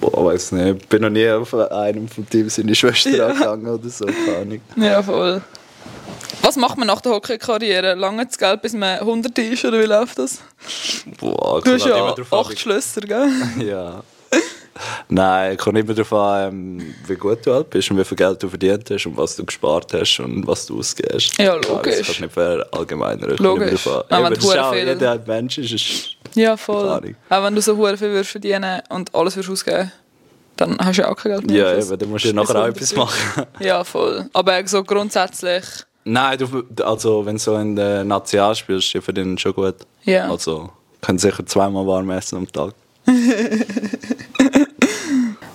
Boah, weiß nicht. Ich bin noch nie auf einem vom Team seine Schwester
Ja.
angegangen oder so. Keine Ahnung.
Ja, voll. Was macht man nach der Hockey-Karriere? Lange das Geld, bis man 100 ist, oder wie läuft das?
Boah,
Du
kommt
hast
halt
ja
immer drauf an,
acht Schlösser, gell?
wie- Ja. Nein, kommt immer darauf an, ähm, wie gut du alt bist und wie viel Geld du verdient hast und was du gespart hast und was du ausgehst.
Ja,
Das
logisch.
kann nicht verallgemeinern. Kommt
Logisch.
immer darauf an.
Aber wenn
Eben,
du
das ist
hure
auch-
viel-
Jeder Mensch ist- ist
Ja, voll.
Keine Ahnung.
Auch wenn du so hure viel würdest verdienen und alles würdest ausgeben, dann hast du ja auch kein Geld mehr.
Ja,
am Schluss.
eben, dann musst du ja nachher auch etwas machen.
Ja, voll. Aber so grundsätzlich,
Nein, du, also wenn du so in der National spielst, ist für den schon gut.
Ja.
Also können sicher zweimal warm essen am Tag.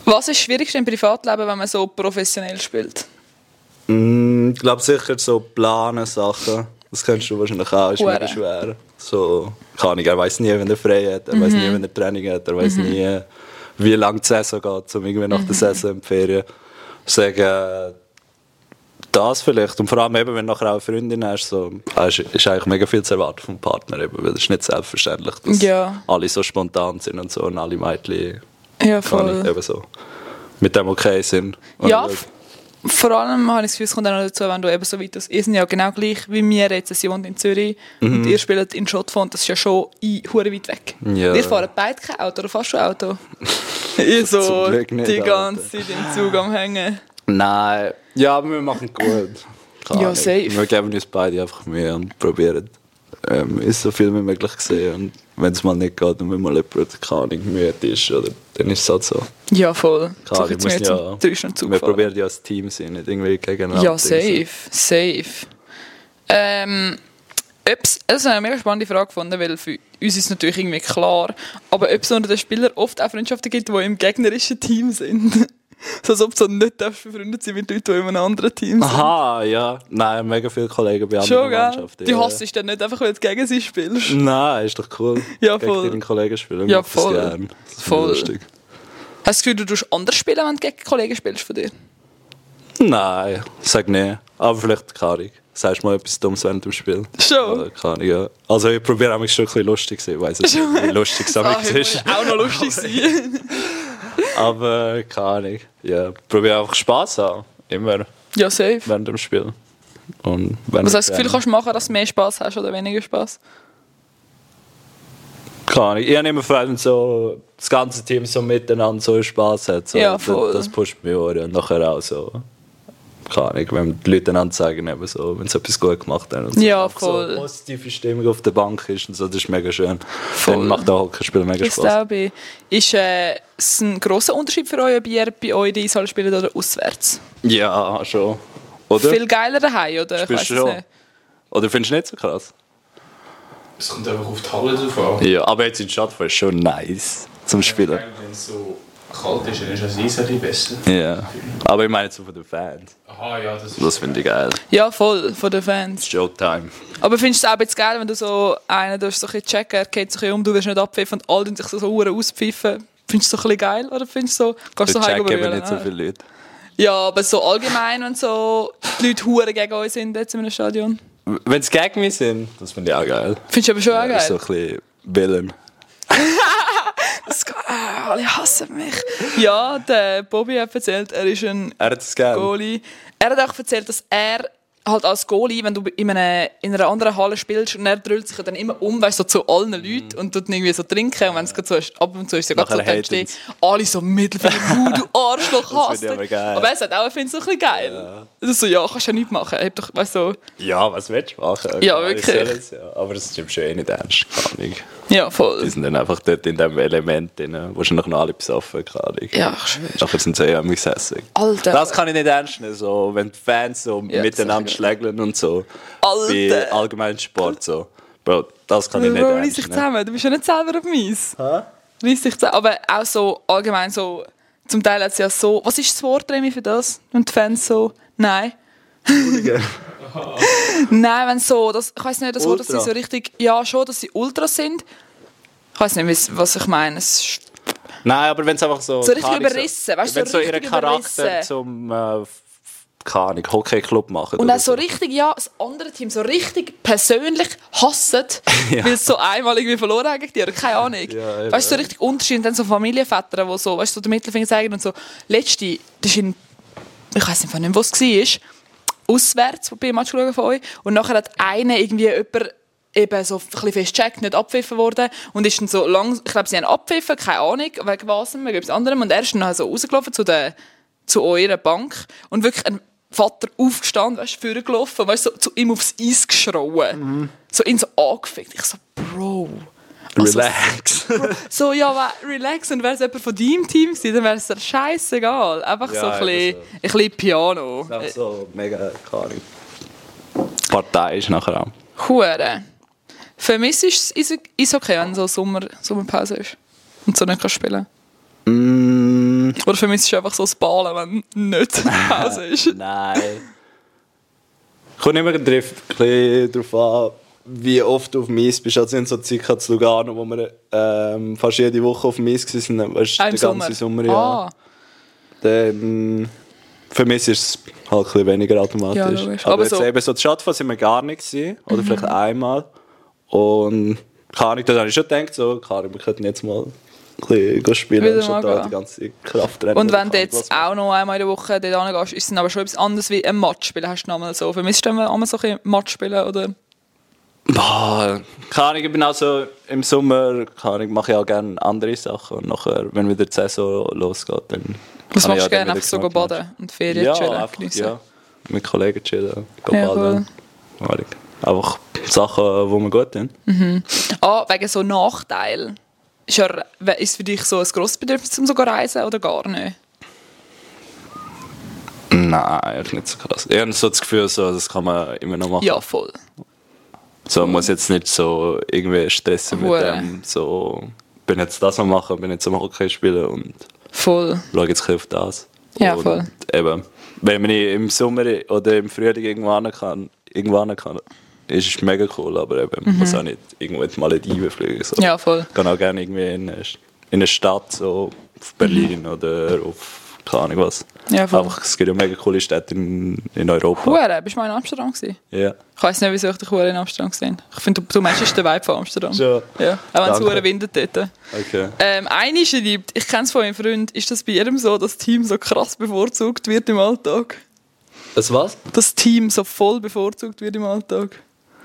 was ist das Schwierigste im Privatleben, wenn man so professionell spielt?
Mm, Ich glaube sicher so planen Sachen. Das kennst du wahrscheinlich auch, ist
Hure.
mega schwer. So, keine Ahnung, er weiß nie, wenn er frei hat, er weiß
Mhm.
nie, wenn er Training hat, er weiß nie, wie lange die Saison geht, um irgendwie nach der
Mhm.
Saison in die Ferien sagen, das vielleicht. Und vor allem eben, wenn du nachher auch eine Freundin hast, so, hast- ist eigentlich mega viel zu erwarten vom Partner, eben, weil es ist nicht selbstverständlich, dass
Ja.
alle so spontan sind und so und alle Mädchen
Ja,
kann ich,
voll.
eben so, mit dem okay sind. Und
Ja, f- vor allem habe ich das Gefühl, es kommt auch noch dazu, wenn du eben so weit aus... Ihr sind ja genau gleich wie wir jetzt, sie wohnt in Zürich
Mhm.
und ihr spielt in Schottland, das ist ja schon i- hure weit weg.
Ja.
Und Ihr fahrt beide kein Auto oder fast schon Auto. ich so
Zum Glück nicht,
die
Alter.
ganze Zeit im Zug am Hängen.
Nein. Ja, aber wir machen gut. Keine
Ja,
Ahnung.
safe.
Wir geben uns beide einfach Mühe und probieren, ähm, ist so viel wie möglich gesehen. Und wenn es mal nicht geht und wenn mal jemand, keine Ahnung, müde ist, oder, dann ist es halt so.
Ja, voll.
Keine
So
Ahnung,
jetzt mir
wir
jetzt
müssen
um drei Stunden Zug
Wir
fahren.
probieren ja als Team sein, nicht irgendwie gegeneinander.
Ja, safe. Safe. Ähm, ob's, das ist eine mega spannende Frage gefunden, weil für uns ist natürlich irgendwie klar, aber ob es unter den Spielern oft auch Freundschaften gibt, die im gegnerischen Team sind. Also, so als ob du nicht darfst befreundet sein mit Leuten, die in einem anderen Team sind.
Aha, ja. Nein, mega viele Kollegen bei anderen
Schon, gell?
Mannschaften.
Die
ja. Mhm.
hasst dich dann nicht einfach, weil du gegen sie spielst.
Nein, ist doch cool.
Ja, voll.
Gegen deinen Kollegen spielen.
Ja,
ich mach das
voll.
gern. Das ist
Voll.
lustig.
Hast du das Gefühl, du tust anders spielen, wenn du gegen Kollegen spielst von dir?
Nein, sag nicht. Aber vielleicht keine Ahnung. Sagst mal etwas Dummes während dem Spiel.
Schon?
Oder keine Ahnung, ja. Also ich probiere mich schon ein bisschen lustig zu sein. Ich weiss jetzt nicht, wie lustig es
Ah,
am Ende
muss
ist.
auch noch lustig sein.
Aber äh, keine Ahnung. Ja, ich probiere einfach Spass haben. Immer
ja, safe.
während dem Spiel. Und wenn
Was
ich
hast du das Gefühl,
gerne-
kannst du machen, dass du mehr Spass hast oder weniger Spass?
Keine Ahnung. Ich habe immer Freude, wenn so das ganze Team so miteinander so Spass hat. So,
Ja,
Das-
voll.
Das pusht mich an. Und nachher auch so... Keine Ahnung, wenn die Leute einander sagen, eben so, wenn sie etwas gut gemacht haben. Und so.
Ja,
Einfach
voll.
So positive Stimmung auf der Bank ist und so, das ist mega schön.
Voll.
Dann macht auch Hockeyspiel mega
Das
Spaß.
glaube ich. Ist äh, es ein grosser Unterschied für euch, ob ihr bei euch die Eishalle spielt oder auswärts?
Ja, schon. Oder?
Viel geiler daheim, oder?
Spielst du
weiss es
schon?
nicht.
Oder findest du nicht so krass?
Es kommt einfach auf die Halle drauf an.
Ja, aber jetzt in Stadtfall ist schon nice. zum Spielen.
Wenn es so kalt ist, dann ist das Eis ein bisschen besser.
Ja. Aber ich meine jetzt so von den Fans.
Aha, ja, das ist...
Das finde ich geil.
Ja, voll, von den Fans.
Showtime.
Aber findest du es auch jetzt geil, wenn du so einen darfst, so ein bisschen checken, er geht so ein bisschen um, du wirst nicht abpfiffen und alle tun sich so, so hure auspfiffen? Findest du es so ein bisschen geil? Oder findest du so, kannst du
Ich
so
check eben
heimbrüllen,
nicht so
oder?
viele Leute.
Ja, aber so allgemein, wenn so die Leute hure gegen uns sind jetzt in einem Stadion.
Wenn es gegen mich sind, das finde ich auch geil.
Findest du aber schon auch
Das ist so
geil?
ein bisschen Willem.
Das geht- ah, alle hassen mich. Ja, der Bobby hat erzählt, er ist ein
Er hat es gern.
Goalie. Er hat auch erzählt, dass er halt als Goalie, wenn du in, einer- in einer anderen Halle spielst und er drüllt sich ja dann immer um, weißt du, so zu allen
Mhm.
Leuten und tut irgendwie so trinken und wenn es gerade so ist, ab und zu ist ja gerade so
Nachher
dann stehen,
haten's.
alle so mittelfinger, «Huh, du Arschloch,
Das
hast
find ich
dich!»
aber geil.
Aber er sagt auch, er findet es ein bisschen geil. Das ist so, ja, kannst ja nichts machen. Hab doch, weißt du,
Ja, was willst du machen?
Ja,
Alle
wirklich.
sollen's, ja. Aber das stimmt schon eh nicht ernst. Keine Ahnung.
ja,
Die
voll.
sind dann einfach dort in diesem Element drin. Wahrscheinlich noch alle besoffen. Keine Ahnung.
Ja, schön.
Nachher sind sie ja am gesessen.
Alter.
Das kann ich nicht ernst nehmen, so, wenn die Fans so
Ja, das
miteinander schlägeln und so.
Alter.
Bei allgemeinem Sport so. Bro, das kann ich nicht
Bro, reiss
ernst
dich
nehmen.
zusammen. Du bist ja nicht selber auf Eis. Reiss dich zusammen. Aber auch so allgemein so. Zum Teil hat es ja so. Was ist das Wort, Remy, für das? Und die Fans so. Nein. Nein, wenn so. Das, ich weiß nicht, das Wort, dass sie
Ultra.
so richtig. Ja, schon, dass sie Ultras sind. Ich weiß nicht, was- was ich meine. Es ist
Nein, aber wenn es einfach so...
So richtig
keine Ahnung,
überrissen, weißt du,
Wenn
so
so ihren
richtig
Charakter
überrissen.
zum... Äh, f- keine Ahnung, Hockeyclub machen.
Und
oder
auch so richtig, ja, das andere Team so richtig persönlich hassen,
Ja.
weil es so einmal irgendwie verloren hat gegen dich, oder keine Ahnung.
Ja, eben.
weißt du, so richtig Unterschied. Und dann so Familienväter, die so, weißt du, so den Mittelfinger zeigen und so. Letzte, das ist in, ich weiß nicht, mehr, wo es war, auswärts, wo ich Match geschaut habe von euch. Und nachher hat einer irgendwie jemand eben so ein bisschen festgecheckt, nicht abpfiffen worden und ist dann so lang, ich glaube, sie haben abpfiffen, keine Ahnung, wegen was, wegen etwas anderem und er ist dann halt so rausgelaufen zu der zu eurer Bank und wirklich ein Vater aufgestanden, weißt du, vorgelaufen, weißt du, so zu ihm aufs Eis geschrauen.
Mhm.
So ihn so angefickt. Ich so, Bro. Also,
Relax.
so, ja, wa- relax. Und wäre es jemand von deinem Team gewesen, dann wäre es dir scheißegal. Einfach so
Ja,
ein
eben
bisschen, ein bisschen Piano. Äh,
Einfach so mega, keine Ahnung. Partei ist nachher auch.
Hure. Für mich ist es ist okay, wenn so Sommer, Sommerpause ist und so nicht kannst spielen Oder für mich ist es einfach so das Ballen, wenn nicht Pause ist.
Nein. Kommt immer ein bisschen darauf an, wie oft du auf dem Eis bist. Also in so Zeit gehabt in Lugano, wo wir ähm, fast jede Woche auf dem Eis waren, weißt du,
Auch
den
im
ganzen Sommer, ja.
Ah,
Dann, Ähm, für mich ist es halt ein bisschen weniger automatisch.
Ja, logisch.
Aber,
Aber
jetzt
so- Mhm.
eben so die Stadtfahrt sind wir gar nicht gewesen, oder vielleicht einmal. Und keine Ahnung, da habe ich schon gedacht, so, keine Ahnung, wir könnten jetzt mal ein bisschen gehen spielen
Wieder
und schon
mal
da
gehen.
die ganze Kraft rennen.
Und
oder
wenn du
keine Ahnung,
jetzt
was.
auch noch einmal in der Woche dort hingehst, ist es dann aber schon etwas anderes wie ein Match spielen. Hast du noch mal so. Für mich ist dann einmal so ein bisschen Match spielen oder...
Boah, keine Ahnung, ich bin auch so im Sommer, keine Ahnung, mache ich auch gerne andere Sachen. Und nachher, wenn wieder die Saison losgeht, dann.
Was
kann ich
machst du
auch dann
gerne?
wieder
Einfach so
genug machen.
baden und Ferien
ja,
chillen,
einfach,
geniessen?
ja, mit Kollegen chillen, gehen
Ja,
baden. Keine Ahnung. Einfach Sachen, die man gut tun.
Ah, wegen so Nachteil. Ist, ja, ist für dich so ein grosses Bedürfnis, um sogar reisen oder gar nicht?
Nein, eigentlich nicht so krass. Ich habe so das Gefühl, so, das kann man immer noch machen.
Ja, voll.
So, man muss jetzt nicht so irgendwie stressen mit
Hure.
dem. So, bin jetzt das am machen, bin jetzt am Hockey spielen und
Voll.
schau jetzt ein bisschen auf das.
Ja,
und
voll.
Eben, wenn man im Sommer oder im Frühling irgendwo hin kann, irgendwo hin kann ist es mega cool, aber eben, man muss auch nicht irgendwo in die Malediven fliegen. So.
Mhm. Ja, voll.
Ich kann auch gerne irgendwie in eine, in eine Stadt, so auf Berlin oder auf keine Ahnung was.
Mhm. Ja, voll.
Einfach, es gibt ja mega coole Städte in, in Europa.
Hure, bist du mal in Amsterdam gewesen?
Ja.
Ich weiss nicht, wieso ich dich hure in Amsterdam gesehen habe. Ich finde, du, du meinst, es ist der Vibe von Amsterdam.
Schon.
Ja, auch wenn es
Danke.
hure windet dort.
Okay.
Ähm, eine ist liebt, ich kenne es von meinem Freund, ist das bei jedem so, dass das Team so krass bevorzugt wird im Alltag?
Das also was?
Das Team so voll bevorzugt wird im Alltag?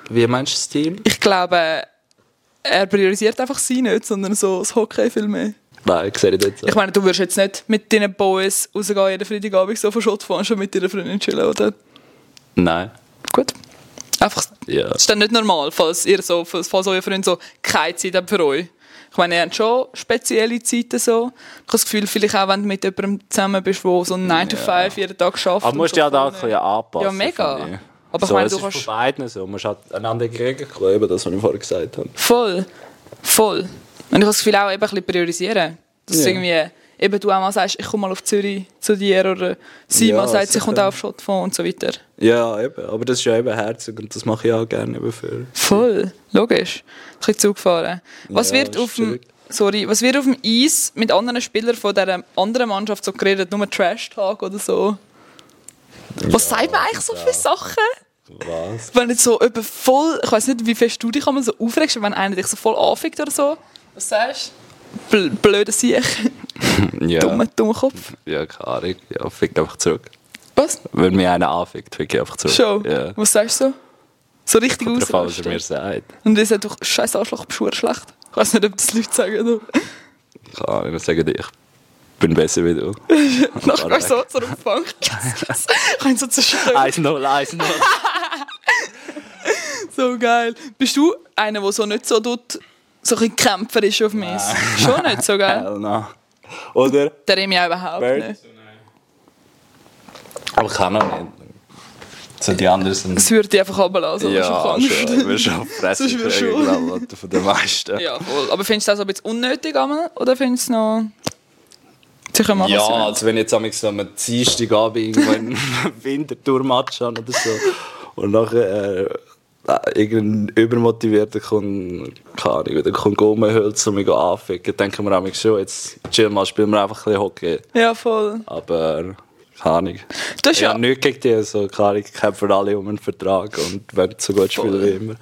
Wie meinst du das Team?
Ich glaube, er priorisiert einfach sie nicht, sondern so das Hockey viel mehr.
Nein, ich sehe dich nicht so.
Ich meine, du würdest jetzt nicht mit deinen Boys rausgehen, jeden Freitagabend so von Schott fahren, schon mit deiner Freundin chillen, oder?
Nein.
Gut. Einfach,
Ja.
das ist dann nicht normal, falls ihr so, falls falls euer Freund so keine Zeit habt für euch. Ich meine, ihr habt schon spezielle Zeiten so. Ich habe das Gefühl, vielleicht auch, wenn du mit jemandem zusammen bist, der so einen 9-to-5 jeden Tag schafft.
Aber du musst
und so
dich halt auch ein
vorne-
bisschen anpassen.
Ja, mega.
finde ich.
Aber ich
so,
meine,
es
du
ist
kannst-
Von beiden so. Man muss halt einander entgegenkommen, eben das, was ich vorher gesagt habe.
Voll. Voll. Und ich habe das Gefühl auch eben ein bisschen priorisieren. Dass
Ja.
irgendwie eben du auch mal sagst, ich komme mal auf Zürich zu dir oder sie
Ja,
mal sagt, sie
sicher.
kommt auch auf Schottfonds und so weiter.
Ja, eben. Aber das ist ja eben herzig und das mache ich auch gerne eben für.
Voll, logisch. Ein bisschen zugefahren. Was
Ja,
wird
ist
auf dem,
schwierig.
sorry, was wird auf dem Eis mit anderen Spielern von dieser anderen Mannschaft so geredet? Nur Trash-Talk oder so? Was sagt man eigentlich so für Sachen?
Was?
Wenn jetzt so über voll, ich weiß nicht, wie fest du dich einmal so aufregst, wenn einer dich so voll anfickt oder so. Was sagst du? Bl blöder Siech,
Ja.
dummer, dummer Kopf.
Ja, keine Ahnung. Ja, fickt einfach zurück.
Was?
Wenn mir einer anfickt, fick ich einfach zurück.
Schon?
Ja.
Was sagst du so? So richtig
Kommt drauf an, was er
ausrasten.
mir sagt.
Und ich sage, du scheiß Arschloch, bist verdammt schlecht. Ich weiß nicht, ob das Leute sagen oder
Keine Ahnung, dann sagen die, ich bin besser wie du.
Nachher gehst du so zur Umfang. ich kann so zerstören.
1-0, 1-0.
So geil. Bist du einer, der so nicht so tut, so ein bisschen Kämpfer ist auf mich? Schon nicht so geil.
Hell no. Oder?
Der Remi auch überhaupt
Bird?
nicht.
Aber kann noch nicht. So die anderen sind...
Das würde ich einfach runterlassen. Ja, Angst.
schon. also, äh, Wir schon fressen
Sonst wirst du-
kriegen, glaube ich, von den meisten.
ja, voll. Aber findest du das auch ein bisschen unnötig einmal? Oder findest du es noch... Sie können machen,
Ja,
was sie wollen.
also wenn ich jetzt am so am Dienstagabend irgendwo einen Wintertour-Match habe oder so und nachher äh, irgendein übermotivierter kommt, keine Ahnung, der kommt rumhölzen und mich anficken, dann denken wir auch schon, jetzt chill mal, spielen wir einfach ein bisschen Hockey.
Ja, voll.
Aber, keine Ahnung.
Das ist
Ich habe
ja...
nichts gegen die, also, keine Ahnung, ich kämpfe für alle um einen Vertrag und werden so gut spielen wie immer.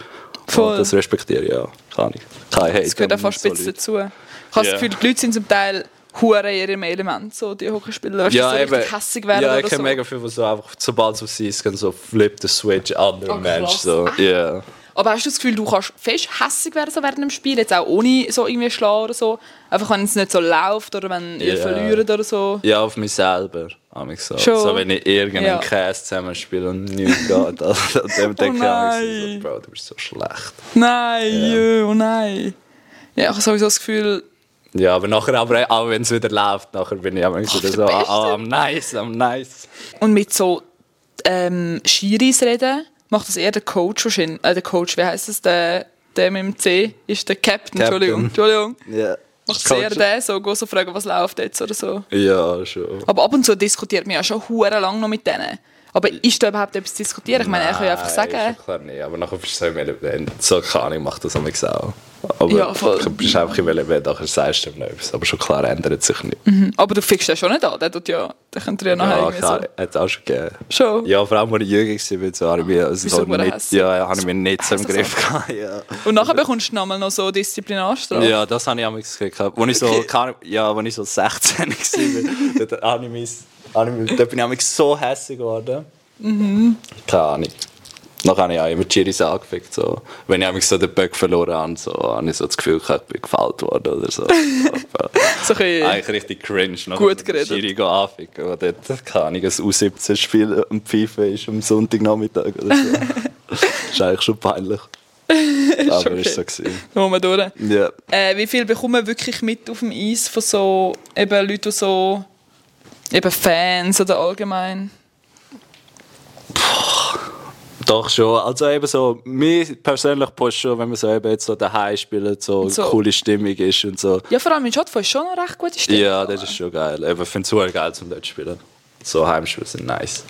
Voll.
Und das respektiere ich, ja. Keine Ahnung. Kein Hate.
Es gehört
an
auch fast
so
ein bisschen
Leute.
dazu. Ich habe das
Ja.
Gefühl, die Leute sind zum Teil hure in ihrem Element, so die Hockeyspieler, weißt du, so richtig hässig werden
ja, ich
oder so.
kenne mega viele, die so einfach, sobald es auf sie ist, gehen so flip the switch, anderer
Oh,
Mensch.
krass.
So. Yeah.
Aber hast du das Gefühl, du kannst fest hässig werden so während dem Spiel, jetzt auch ohne so irgendwie schlagen oder so? Einfach wenn es nicht so läuft oder wenn ihr
Ja.
verliert oder so?
Ja, auf mich selber. hab ich So.
Schon.
so, wenn ich irgendeinen
Ja. Oh
Cast zusammenspiele und nichts geht, also, an dem denke ich auch
nein.
so, Bro, du bist so schlecht.
Nein, jö, oh nein. Ja, ich habe sowieso das Gefühl,
Ja, aber nachher, aber auch wenn es wieder läuft, nachher bin ich auch manchmal
der
wieder so,
Beste.
ah, ah, am nice, am nice.
und mit so ähm, Schiris reden, macht das eher der Coach wahrscheinlich. Äh, der Coach, wie heißt es? Der, der mit dem C ist der Captain,
Captain.
Entschuldigung. Entschuldigung.
Ja.
Macht es eher der so, geh so fragen, was läuft jetzt oder so.
Ja, schon.
Aber ab und zu diskutiert man ja schon hure lang noch mit denen. Aber ist da überhaupt etwas zu diskutieren? Ich meine, er kann ja einfach
Nein,
sagen.
Ist klar nicht, aber nachher bist du so im Element. So keine Ahnung, macht das manchmal auch. Aber
Ja, voll.
du bist einfach im Element, nachher sagst du ihm noch etwas. Aber schon klar ändert sich nicht.
Aber du fickst den schon nicht an, der tut ja, der könnte ja nachher
Ja,
irgendwie
klar, hat es auch schon gegeben.
so. Schon.
Ja, vor allem, als ich jünger war, so, habe ich mich also
Bist du
so
verdammt
nicht,
hässlich?
ja, habe ich mich nicht so im
Hässlich
Griff gehabt. Ja.
Und nachher bekommst du nochmal noch so Disziplinarstrafe.
Ja, das habe ich am gekriegt. Als ich so,
Okay.
keine- ja, als ich so 16 war, dort habe ich mis- habe ich mis- dort bin ich am so hässlich geworden.
Mhm.
Keine Ahnung. Nachher habe ich auch immer Chiris angefickt. So. Wenn ich am so den Böck verloren habe, so, habe ich so das Gefühl, gehabt, ich bin gefällt worden oder so. Aber
So ein bisschen-
Eigentlich richtig cringe. Nachher
Gut
den
geredet.
Chiri gehen anficken. wo Dort, keine Ahnung, ein U17-Spiel und um Pfeife ist am Sonntagnachmittag oder so. ist eigentlich schon peinlich. Aber
okay.
ist so gewesen.
Da muss man durch.
Ja.
Äh, wie viel bekommen wir wirklich mit auf dem Eis von so eben Leuten, die so eben Fans oder allgemein?
Doch schon. Also eben so, mir persönlich passt schon, wenn wir so eben jetzt so daheim spielen, so,
So.
coole Stimmung ist und so.
Ja, vor allem in Schottland ist schon noch recht gute Stimmung.
Ja, das ist schon geil. Eben, Ich finde es super geil, zum dort zu spielen. So Heimspiele sind nice.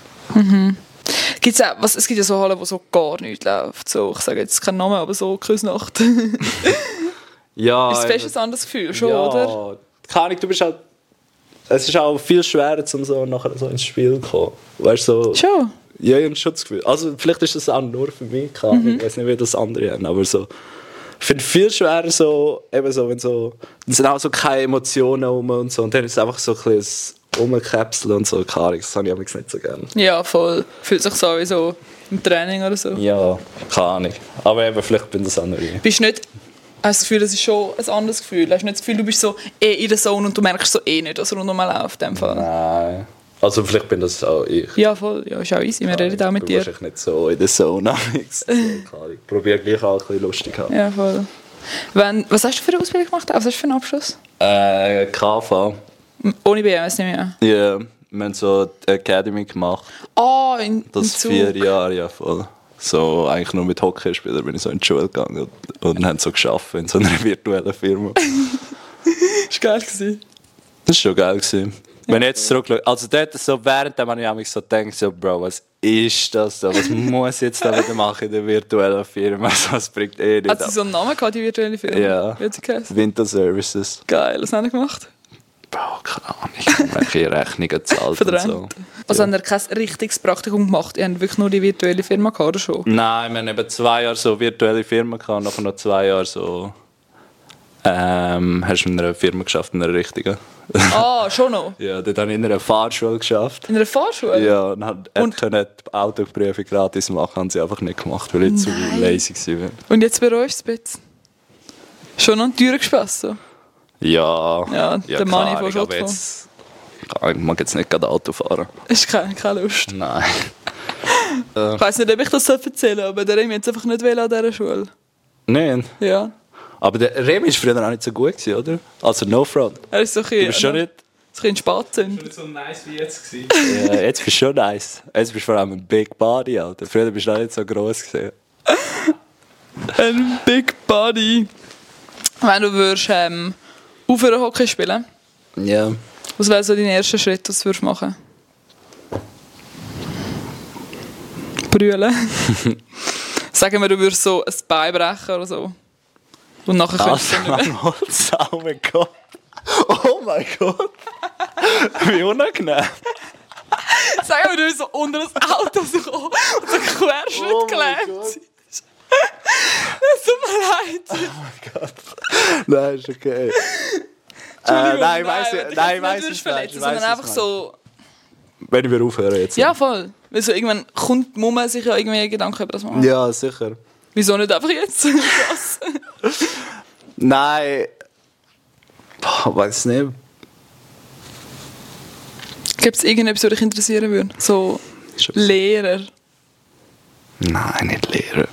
Gibt's auch, was, es gibt ja so Hallen, wo so gar nichts läuft. So, ich sage jetzt keinen Namen, aber so Küsnacht. ist
Ah, Ja,
das
eben-
fest ein anderes Gefühl, schon,
ja.
oder?
Keine Ahnung, du bist halt... Es ist auch viel schwerer, um so nachher so ins Spiel zu kommen. Weißt du, so...
Schon.
Ja, ich habe schon das Gefühl. Also vielleicht ist das auch nur für mich, keine Ahnung.
Mhm.
ich weiß nicht, wie das andere haben, aber so... Ich finde es viel schwerer so, eben so, wenn so... Dann sind auch so keine Emotionen rum und so und dann ist es einfach so ein bisschen ein Rumkrebseln und so, keine Ahnung, das habe ich übrigens nicht so gerne.
Ja, voll. Fühlt sich so wie so im Training oder so.
Ja, keine Ahnung. Aber eben, vielleicht bin das andere.
Bist nicht, hast du das Gefühl, das ist schon ein anderes Gefühl? Hast du nicht das Gefühl, du bist so eh in der Zone und du merkst so eh nicht, dass rundum läuft in dem Fall?
Nein. Also vielleicht bin das auch ich.
Ja, voll. Ja, ist auch easy. Wir reden auch mit dir.
Wahrscheinlich nicht so in der Zone. Ich probiere gleich auch ein bisschen lustig zu haben.
Ja, voll. Wenn, was hast du für eine Ausbildung gemacht? Was hast du für einen Abschluss?
Äh, KV.
M- Ohne BMS nicht mehr.
Ja, wir haben so die Academy gemacht.
Ah, in, in
Das
Zug.
vier Jahre, ja voll. So, eigentlich nur mit Hockeyspielern bin ich so in die Schule gegangen und, und haben so geschafft in so einer virtuellen Firma.
geil. Gewesen.
Das war schon geil. Gewesen. Wenn ich jetzt zurückschaue, also dort so während dem habe ich manchmal so gedacht, so, Bro, was ist das da? Was muss ich jetzt da wieder machen in der virtuellen Firma? Also, das bringt eh nicht
Hat sie Also so einen Namen gehabt, die virtuelle Firma?
Ja.
Wie hat sie geheißen?
Winter Services.
Geil, was haben sie gemacht?
Bro, keine Ahnung. Welche Rechnungen zahlt und
Verdrängt.
so.
Also haben sie kein richtiges Praktikum gemacht? Ihr habt wirklich nur die virtuelle Firma gehabt, oder schon?
Nein, wir haben eben zwei Jahre so virtuelle Firma gehabt, nachher noch zwei Jahre so. Ähm, hast du in einer Firma geschafft, in einer richtigen?
Ah, schon noch?
Ja, dort habe ich in einer Fahrschule geschafft.
In einer Fahrschule?
Ja, und hat
Und-
und können die Autoprüfung gratis machen, haben sie einfach nicht gemacht, weil ich zu
Nein.
lazy war.
Und jetzt bereust du es ein bisschen? Schon noch ein teurer gespessen?
Ja,
Ja, der Manni
keine
von
Ahnung,
Schott
aber
von-
jetzt- Keine Ahnung, Ich mag jetzt nicht gerade Auto fahren.
Ist keine, keine Lust.
Nein.
Ich weiss nicht, ob ich das erzählen soll, aber der Remi jetzt einfach nicht will an dieser Schule.
Nein.
Ja.
Aber der Remi war früher auch nicht so gut, gewesen, oder? Also, no front.
Er ist so ein
Du bist schon
bisschen
nicht.
ein Spatzünd.
so nice wie jetzt gewesen.
Ja, Äh, jetzt bist du schon nice. Jetzt bist du vor allem ein Big Body, Alter. Früher bist du auch nicht so gross gesehen.
Ein Ähm, Big Body. Wenn du würdest, ähm, aufhören Hockey spielen,
Ja.
was wäre so dein erster Schritt, was würdest du machen? Brüllen. Sagen wir, du würdest so ein Bein brechen oder so. Und nachher könntest
Also,
du nicht mehr.
am Holz, oh mein Gott. Oh mein Gott. Wie unangenehm.
Sagen wir, du würdest so unter das Auto so kommen und so Querschnitt
Oh mein
geklemmt
Gott.
sein. Es tut mir leid.
Nein, ist okay. Äh, nein, ich weiß
aber
es
ich
nein,
kann nicht
ich weiss es
würdest
nicht.
verletzen,
ich weiss
sondern
es
einfach
nicht.
so...
Wenn wir aufhören jetzt.
Ja, voll. Weil so irgendwann kommt Mumme sich ja irgendwie Gedanken über das machen.
Ja, sicher.
Wieso nicht einfach jetzt? Krass.
Nein. Boah, weiß nicht.
Gibt es irgendetwas, was dich interessieren würde? So Lehrer,
Nein, nicht Lehrer.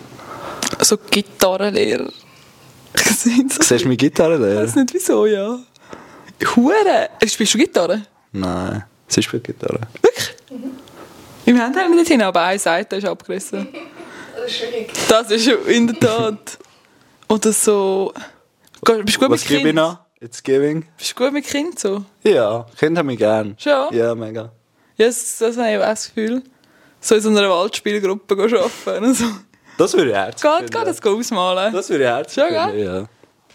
so Gitarrenlehrer. Ich weiß
Siehst du meine Gitarre leer?
nicht wieso, ja. Hure! Äh, Spielst du Gitarre?
Nein. Sie spielt Gitarre.
Wirklich? Im Moment haben wir nicht hin, aber eine Seite ist abgerissen.
Das ist schwierig.
Das ist ja in der Tat. Oder so. Gehst- Bist du gut
Was
mit Kind?
gebe ich noch? It's giving.
Bist du gut mit Kind so?
Ja, Kinder haben mich gern.
Schon?
Ja, mega.
Ja, das, das habe ich auch das Gefühl. So in so einer Waldspielgruppe gehen arbeiten und so.
Das würde ich herzig
Geht,
finden.
geht das ausmalen?
Das würde ich herzig
Schon,
finden, ja.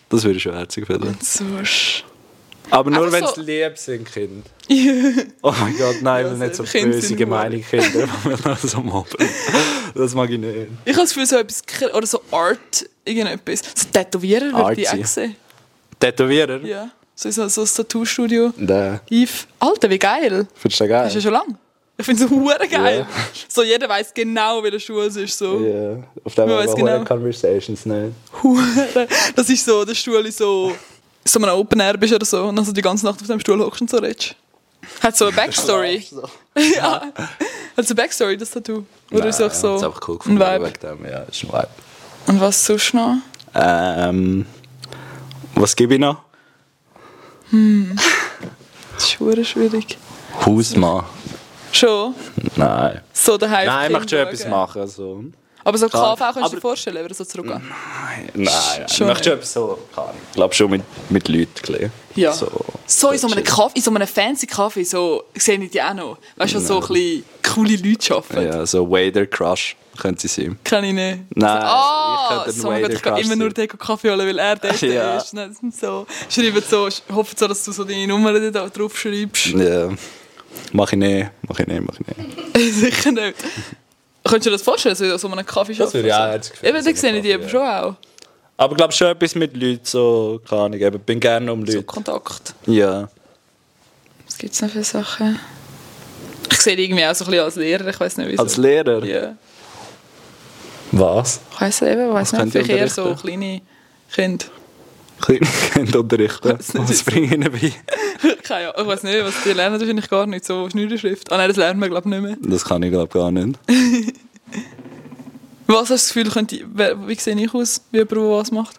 Das würde ich schon herzig finden.
So ist-
Aber nur,
Einfach
wenn es
so-
lieb sind, Kind. Oh mein Gott, nein, ich will
Ja,
nicht so
so Kinder
böse,
sind
gemeine Kinder, die mich dann so mobben. Das mag ich nicht.
Ich habe das Gefühl, so etwas, kre- oder so Art, irgendetwas. So Tätowierer würde ich
Artsy.
auch sehen.
Tätowierer?
Ja. So, so, so ein Tattoo-Studio.
Nein.
Yves. Alter, wie geil.
Findest du das geil?
Das ist ja schon lang. Ich finde es hure geil.
Äh. Ja.
So, jeder weiß genau, wie der Schuh es ist. So.
Ja, auf dem
Man weiß
haben wir
genau.
Conversations nicht.
Hure. Das ist so, der Stuhl ist so, so ein Open Air bist oder so und dann so die ganze Nacht auf dem Stuhl hockst und so redest. Hat so eine Backstory. ja. Hat so eine Backstory, das Tattoo. Oder ist auch so
einfach cool
ein
gefunden,
Vibe.
wegen dem. Ja, ist ein Vibe.
Und was sonst noch?
Ähm, was gebe ich noch?
Das ist hure schwierig.
Hausmann.
Schon?
Nein.
So der Hype.
Nein, ich möchte schon
Kind
etwas
schauen.
machen. Also.
Aber so KV
Klar.
kannst du dir
Aber- Mhm.
vorstellen, wenn er so zurückgeht.
Nein,
Schon
nein. ich möchte schon
nicht.
etwas so. keine Ahnung. Ich glaube schon mit, mit Leuten. ein bisschen.
Ja. So,
So.
in so einem Kaffee, in so einem fancy Kaffee, so sehe ich die auch noch. Weißt du, so ein bisschen coole Leute arbeiten.
Ja, so Wader Crush könnte sie sein.
Kann ich nicht.
Nein,
Ah,
ich könnte ein
so, mein Gott, ich kann
Waiter-Crush
immer nur
sein.
Deko Kaffee holen, weil er dort
Ja.
ist. Nein, das sind so. Schreiben so, hoffen so, dass du so deine Nummer da drauf schreibst.
Ja. Mach ich nicht, mach ich nicht, mach ich nicht.
Sicher nicht. Könntest du dir das vorstellen, so in so einem Kaffee
Das würde ich auch herzig finden,
Eben,
so
da
einen
sehe ich die
Kaffee,
eben schon auch.
Aber ich glaube schon etwas mit Leuten, so, keine Ahnung, eben, bin gerne um
So
Leute.
Kontakt.
Ja.
Was gibt es noch für Sachen? Ich sehe dich irgendwie auch so ein bisschen als Lehrer, ich weiß nicht wieso.
Als Lehrer?
Ja.
Was?
Ich weiß eben, ich weiß nicht,
könnt ihr
vielleicht eher so
unterrichten?
kleine Kinder.
Kinder unterrichten.
Weiß nicht.
Was bringe ich ihnen bei?
Keine Ahnung, ich weiß nicht, was die lernen, das finde ich gar nicht so. Schneiderschrift. Ah nein, das lernen wir glaube ich nicht mehr.
Das kann ich glaube gar nicht.
Was hast du das Gefühl, könnte, wer- wie sehe ich aus, wie jemand, der was macht?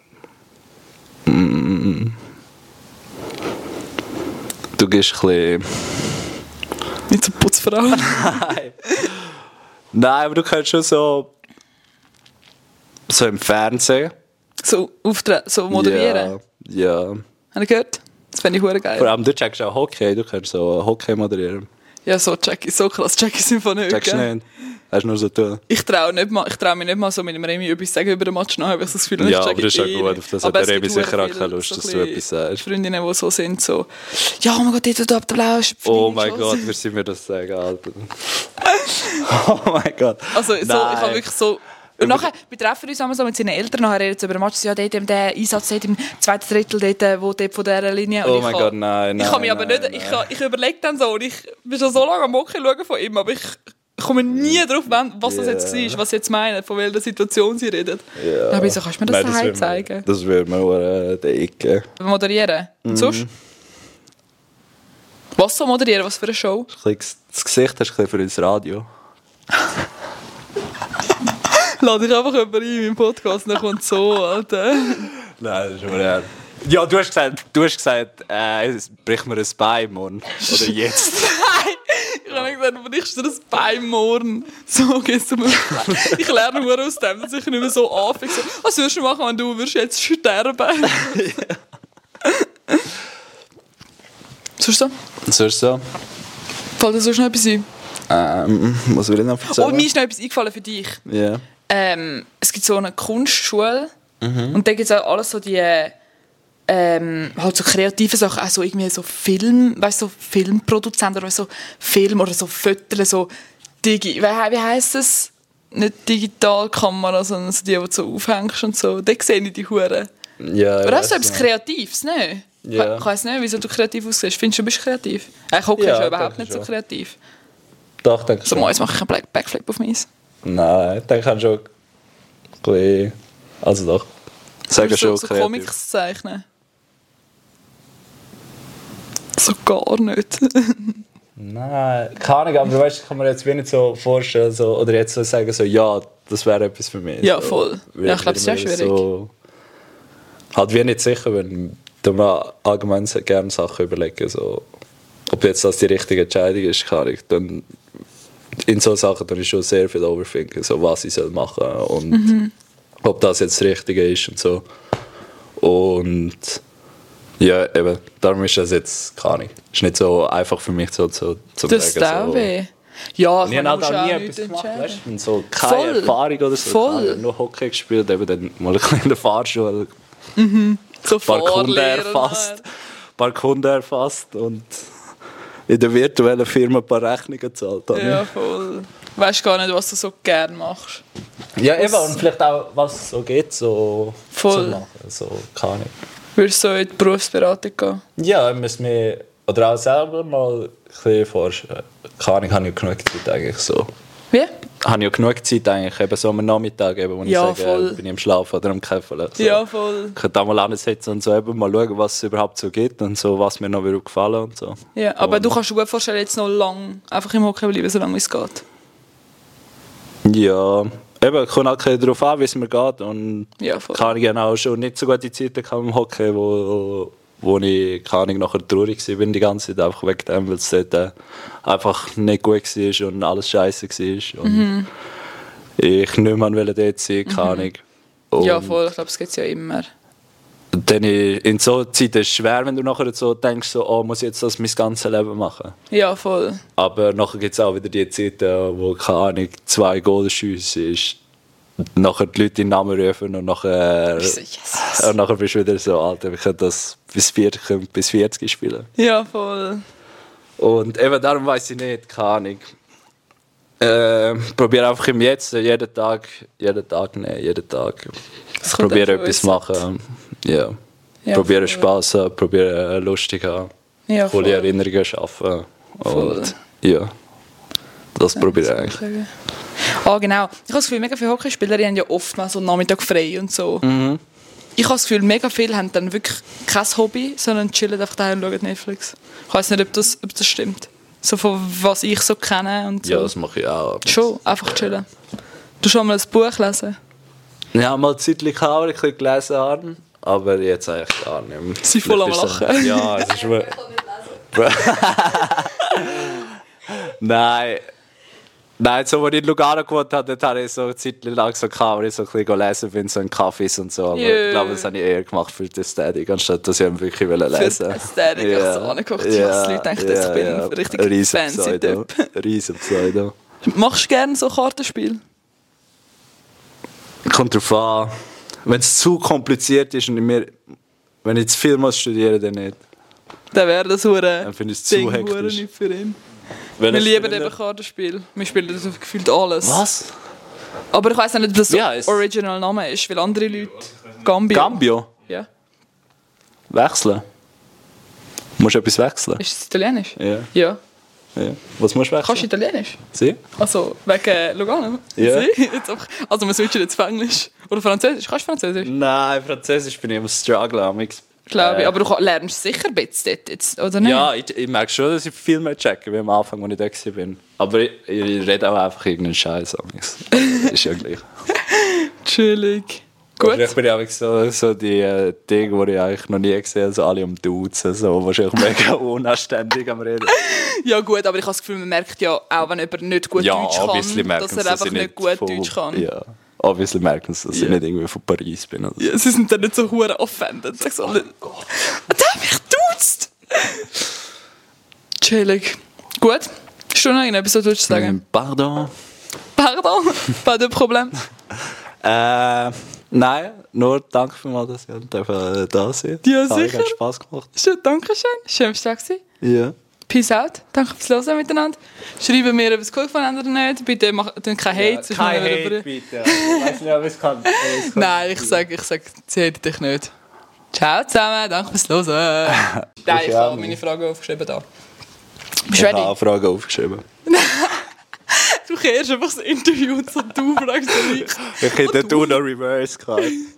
Du gehst ein bisschen...
Nicht so Putzfrau.
Nein, aber du kannst schon so... So im Fernsehen.
so auftreten, so moderieren.
Ja. ja.
Habt ihr gehört? Das fände ich hure
Vor
geil.
allem, du checkst auch Hockey, du kannst so Hockey moderieren.
Ja, so check ich, so krass check ich es einfach nicht.
Checkst
gell?
du nicht? Hast nur so tun.
Ich traue nicht mal, ich trau mich nicht mal so mit dem Remi etwas sagen über den Match nachher, weil ich das Gefühl habe,
Ja,
ich check
aber das ist
eh
ja gut,
nicht.
auf das
Aber
hat
es
der
gibt
Remi sicher
verdammt
auch keine
viele
Lust,
so
dass du
bisschen
etwas sagst.
Freundinnen, die so sind, so, ja, oh mein Gott, jetzt du ab der Blau, ist
Oh mein
Pfeil
Gott,
geschossen.
wir sind mir das sagen, Alter. oh mein Gott.
Also, so, ich
Nein.
habe wirklich so. Und nachher, wir treffen uns einmal so mit seinen Eltern, nachher reden sie über den Match, ja, dort, der Einsatz dort im zweiten Drittel, dort, äh, wo dort von dieser Linie. Und
Oh
ich
mein
kann-
Gott, nein,
Ich kann mich
nein,
aber
nein,
nicht, ich,
nein.
kann, ich überlege dann so, und ich bin schon so lange am Hockey schauen von ihm, aber ich komme nie
Mm.
drauf, wann, was das
Ja.
jetzt war, was sie jetzt meinen, von welcher Situation sie reden.
Ja.
Aber wieso kannst du mir das
Nein,
daheim
will man-
zeigen?
Das würde mir auch äh, die Ecke.
Moderieren?
Mm.
Und sonst? Was so moderieren? Was für eine Show?
Ein bisschen ges- Das Gesicht hast du ein bisschen für ins Radio.
Lade ich einfach über ein im Podcast, dann kommt so, Alter.
Nein, das ist mir ehrlich. Ja, du hast gesagt, du hast gesagt äh, es bricht mir ein Bein, Mann. Oder jetzt.
Nein! Ich habe gesagt, du brichst dir das Bein morgen. So geht's mir. Ich lerne nur aus dem, dass ich nicht mehr so anfange. So, Was würdest du machen, wenn du würdest jetzt sterben Sonst so?
Sonst so?
Fällt dir sonst noch etwas ein?
Ähm, was will ich noch erzählen?
Oh, mir ist noch etwas eingefallen für dich.
Ja.
ähm, es gibt so eine Kunstschule Mhm. und da gibt es auch alles so die ähm, halt so kreative Sachen, auch so irgendwie so Film, weißt du, so Filmproduzenten oder so Film oder so Fötterle, so Digi, wie, he- wie heisst das? Nicht Digitalkamera, sondern so die, die du so aufhängst und so. Da sehe ich die Huren.
ja ich
Aber auch
weiss
so etwas
nicht.
Kreatives, ne?
Ja.
Ich weiss nicht, wieso du kreativ aussiehst. Findest du, du bist kreativ? Äh, Ich hocke
Ja,
ja, überhaupt
denke
nicht so
schon.
kreativ.
Doch, denke
So,
schon.
mal, jetzt mache ich einen Black- Backflip auf meins.
Nein, dann kannst du schon ein bisschen... Also doch. Sagen
Würdest du
schon
so
kreativ.
Comics zeichnen? So gar nicht.
Nein, keine Ahnung, aber weißt, kann man jetzt wie nicht so vorstellen so, oder jetzt so sagen, so, ja, das wäre etwas für mich.
Ja,
so,
voll.
Weil-
Ja, ich glaub, das
weil
ist
wir
auch schwierig.
So, halt wir nicht sicher, wenn wir allgemein sehr gerne Sachen überlegen, so, ob jetzt das die richtige Entscheidung ist, keine Ahnung, dann in so Sachen dann ich schon sehr viel overthinken, so was ich soll machen und
Mhm.
ob das jetzt das Richtige ist und so. Und ja, eben, darum ist das jetzt keine Ahnung. Ist nicht so einfach für mich so zu zu
Das tut auch
so.
weh. Ja, ich
Ich habe
meine,
halt
du musst
auch nie
auch
etwas
nichts
gemacht,
entscheiden.
weißt du? und So keine
Voll.
Erfahrung oder so.
Voll.
keine Ahnung, Nur Hockey gespielt, eben dann mal ein bisschen in der Fahrschule. Ein
So
paar Kunden
Vorlehren
erfasst. Ein paar Kunden erfasst und in der virtuellen Firma ein paar Rechnungen gezahlt.
nachher. Ja, voll. Du weißt gar nicht, was du so gerne machst.
ja, eben, und vielleicht auch, was es so geht, so
Voll.
zu machen. So, keine Ahnung.
Würdest du so in die Berufsberatung gehen?
Ja, ich muss mir oder auch selber mal ein bisschen vorstellen. Keine Ahnung, habe ich ja genug Zeit eigentlich so.
Wie?
Habe ich ja genug Zeit eigentlich, eben so am Nachmittag, eben, wo
Ja,
ich sage,
voll.
äh, bin ich am Schlafen oder am Käfeln. So.
Ja, voll.
Ich könnte da mal hinsetzen und so eben mal schauen, was es überhaupt so gibt und so, was mir noch würde gefallen und so.
Ja, aber
und,
du kannst dir gut vorstellen, jetzt noch lang einfach im Hockey bleiben, solange es geht.
Ja, eben, kommt halt ein bisschen darauf an, wie es mir geht und
Ja, voll.
kann ich genau schon nicht so gute Zeiten gehabt im Hockey, wo, wo ich, keine Ahnung, nachher traurig war bin die ganze Zeit, einfach wegen dem, weil es dort äh, einfach nicht gut war und alles scheiße war und
Mhm.
ich nicht mehr wollte dort sein, keine Ahnung. Und
Ja, voll. Ich glaube, es gibt es ja immer.
Dann i- in so Zeit ist es schwer, wenn du nachher so denkst, so, oh, muss ich jetzt das mein ganzes Leben machen?
Ja, voll.
Aber nachher gibt es auch wieder die Zeiten, wo, keine Ahnung, zwei Goal schiessen ist. Und Nachher die Leute in den Namen rufen und nachher, äh,
Ich so, yes.
und nachher bist du wieder so, Alter, wir können das bis 40, können bis 40 spielen.
Ja, voll.
Und eben darum weiß ich nicht, keine Ahnung. Ähm, probiere einfach im Jetzt, jeden Tag, jeden Tag nehmen, jeden Tag.
Das kommt
Probiere
auch von
etwas
uns.
machen. Ja.
Ja,
probiere
voll.
Spass haben, probiere äh, lustig haben,
Ja,
coole
voll.
Erinnerungen schaffen.
Voll.
äh, Und ja, das probiere ich eigentlich.
Sagen. Ah, genau. Ich habe das Gefühl, mega viele Hockeyspieler die haben ja oft mal so einen Nachmittag frei und so.
Mhm.
Ich habe das Gefühl, mega viele haben dann wirklich kein Hobby, sondern chillen einfach daheim und schauen Netflix. Ich weiß nicht, ob das, ob das stimmt. So von was ich so kenne und so.
Ja, das mache ich auch.
schon, einfach chillen. Du schon mal ein Buch lesen?
Ich habe mal zeitlich auch ein bisschen gelesen, haben, aber jetzt eigentlich gar nicht mehr.
Sie sind voll am
Vielleicht ist
Lachen.
es- Ja, es ist mir...
Ich kann nicht lesen.
Nein. Nein, so, als ich in Lugano gewohnt habe, dort habe ich so eine Zeit lang so gehabt, wo ich so ein bisschen lesen bin, so in Cafés und so. Aber
Jö.
ich glaube, das habe ich eher gemacht für die Ästhetik, anstatt dass ich ihn wirklich lesen wollte.
Für die Ästhetik, ich habe so angeguckt, dass die Leute denken, ich bin ein richtig
Riesen
fancy
Pseudo. Riesen Pseudo.
Machst du gerne so Kartenspiel?
Kommt drauf an. Wenn es zu kompliziert ist und ich mir... Wenn ich zu viel muss studieren, dann nicht.
Dann wäre das hure
Dann finde ich es zu
Ding
hektisch.
hure nicht für ihn. Wir lieben eben Kartenspiel. Wir spielen das auf gefühlt alles.
Was?
Aber ich weiß nicht, ob das
Wie heisst's?
der original Name ist, weil andere Leute Gambio.
Gambio?
Ja.
Wechseln? Musst du etwas wechseln?
Ist es italienisch?
Ja.
Ja.
ja. Was musst du
Kannst du
wechseln?
italienisch?
Sie?
Also wegen Lugano?
Ja.
Sie? Jetzt einfach- Also wir switchen jetzt auf Englisch. Oder Französisch. Kannst du Französisch?
Nein, Französisch bin ich am struggle
Glaube ich. Aber du kann- lernst sicher ein bisschen dort jetzt, oder nicht?
Äh. Ja, ich, ich merke schon, dass ich viel mehr checke, wie am Anfang, als ich da bin. Aber ich, ich rede auch einfach irgendeinen Scheiß. Ist ja gleich.
Chillig.
Aber Ich
Gut.
bin ja auch so, so die äh, Dinge, die ich eigentlich noch nie gesehen habe, so alle am Duzen, so wahrscheinlich mega unanständig am Reden.
Ja gut, aber ich habe das Gefühl, man merkt ja auch, wenn jemand nicht gut Deutsch
obviously
kann,
merken
dass
sie,
er einfach
ich
nicht, gut
von-
Deutsch kann.
Ja, obviously merken sie, dass
Ja.
ich nicht irgendwie von Paris bin. Also.
Ja, sie sind dann nicht so hure offended. Sag so, oh Gott. Der hat mich duzt! Chillig. Gut. Hast du noch irgendetwas, was du willst sagen?
Ähm, Pardon.
Pardon, pas de Problem.
Äh, nein, nur danke für mal, dass ihr dürfen, äh, da seid.
Ja,
Hat mir
sicher.
ganz Spass gemacht.
Schön, danke schön. Schön, dass du da warst.
Ja.
Peace out. Danke fürs Hören miteinander. Schreiben mir, ob es cool gefunden habt oder nicht. Bitte macht dann kein Hate. sonst machen wir wieder-
bitte. Ich weiß nicht, ob es kann.
Nein, ich sage, ich sag, sie hatet dich nicht. Ciao zusammen, danke fürs Hören. Nein, ich
auch
habe
nicht.
meine Frage aufgeschrieben da. Bist
Ich
du
habe
ready?
eine Frage aufgeschrieben.
Du kehrst einfach das Interview zu du fragst mich. Oh,
Ich hätte du noch reverse gehabt.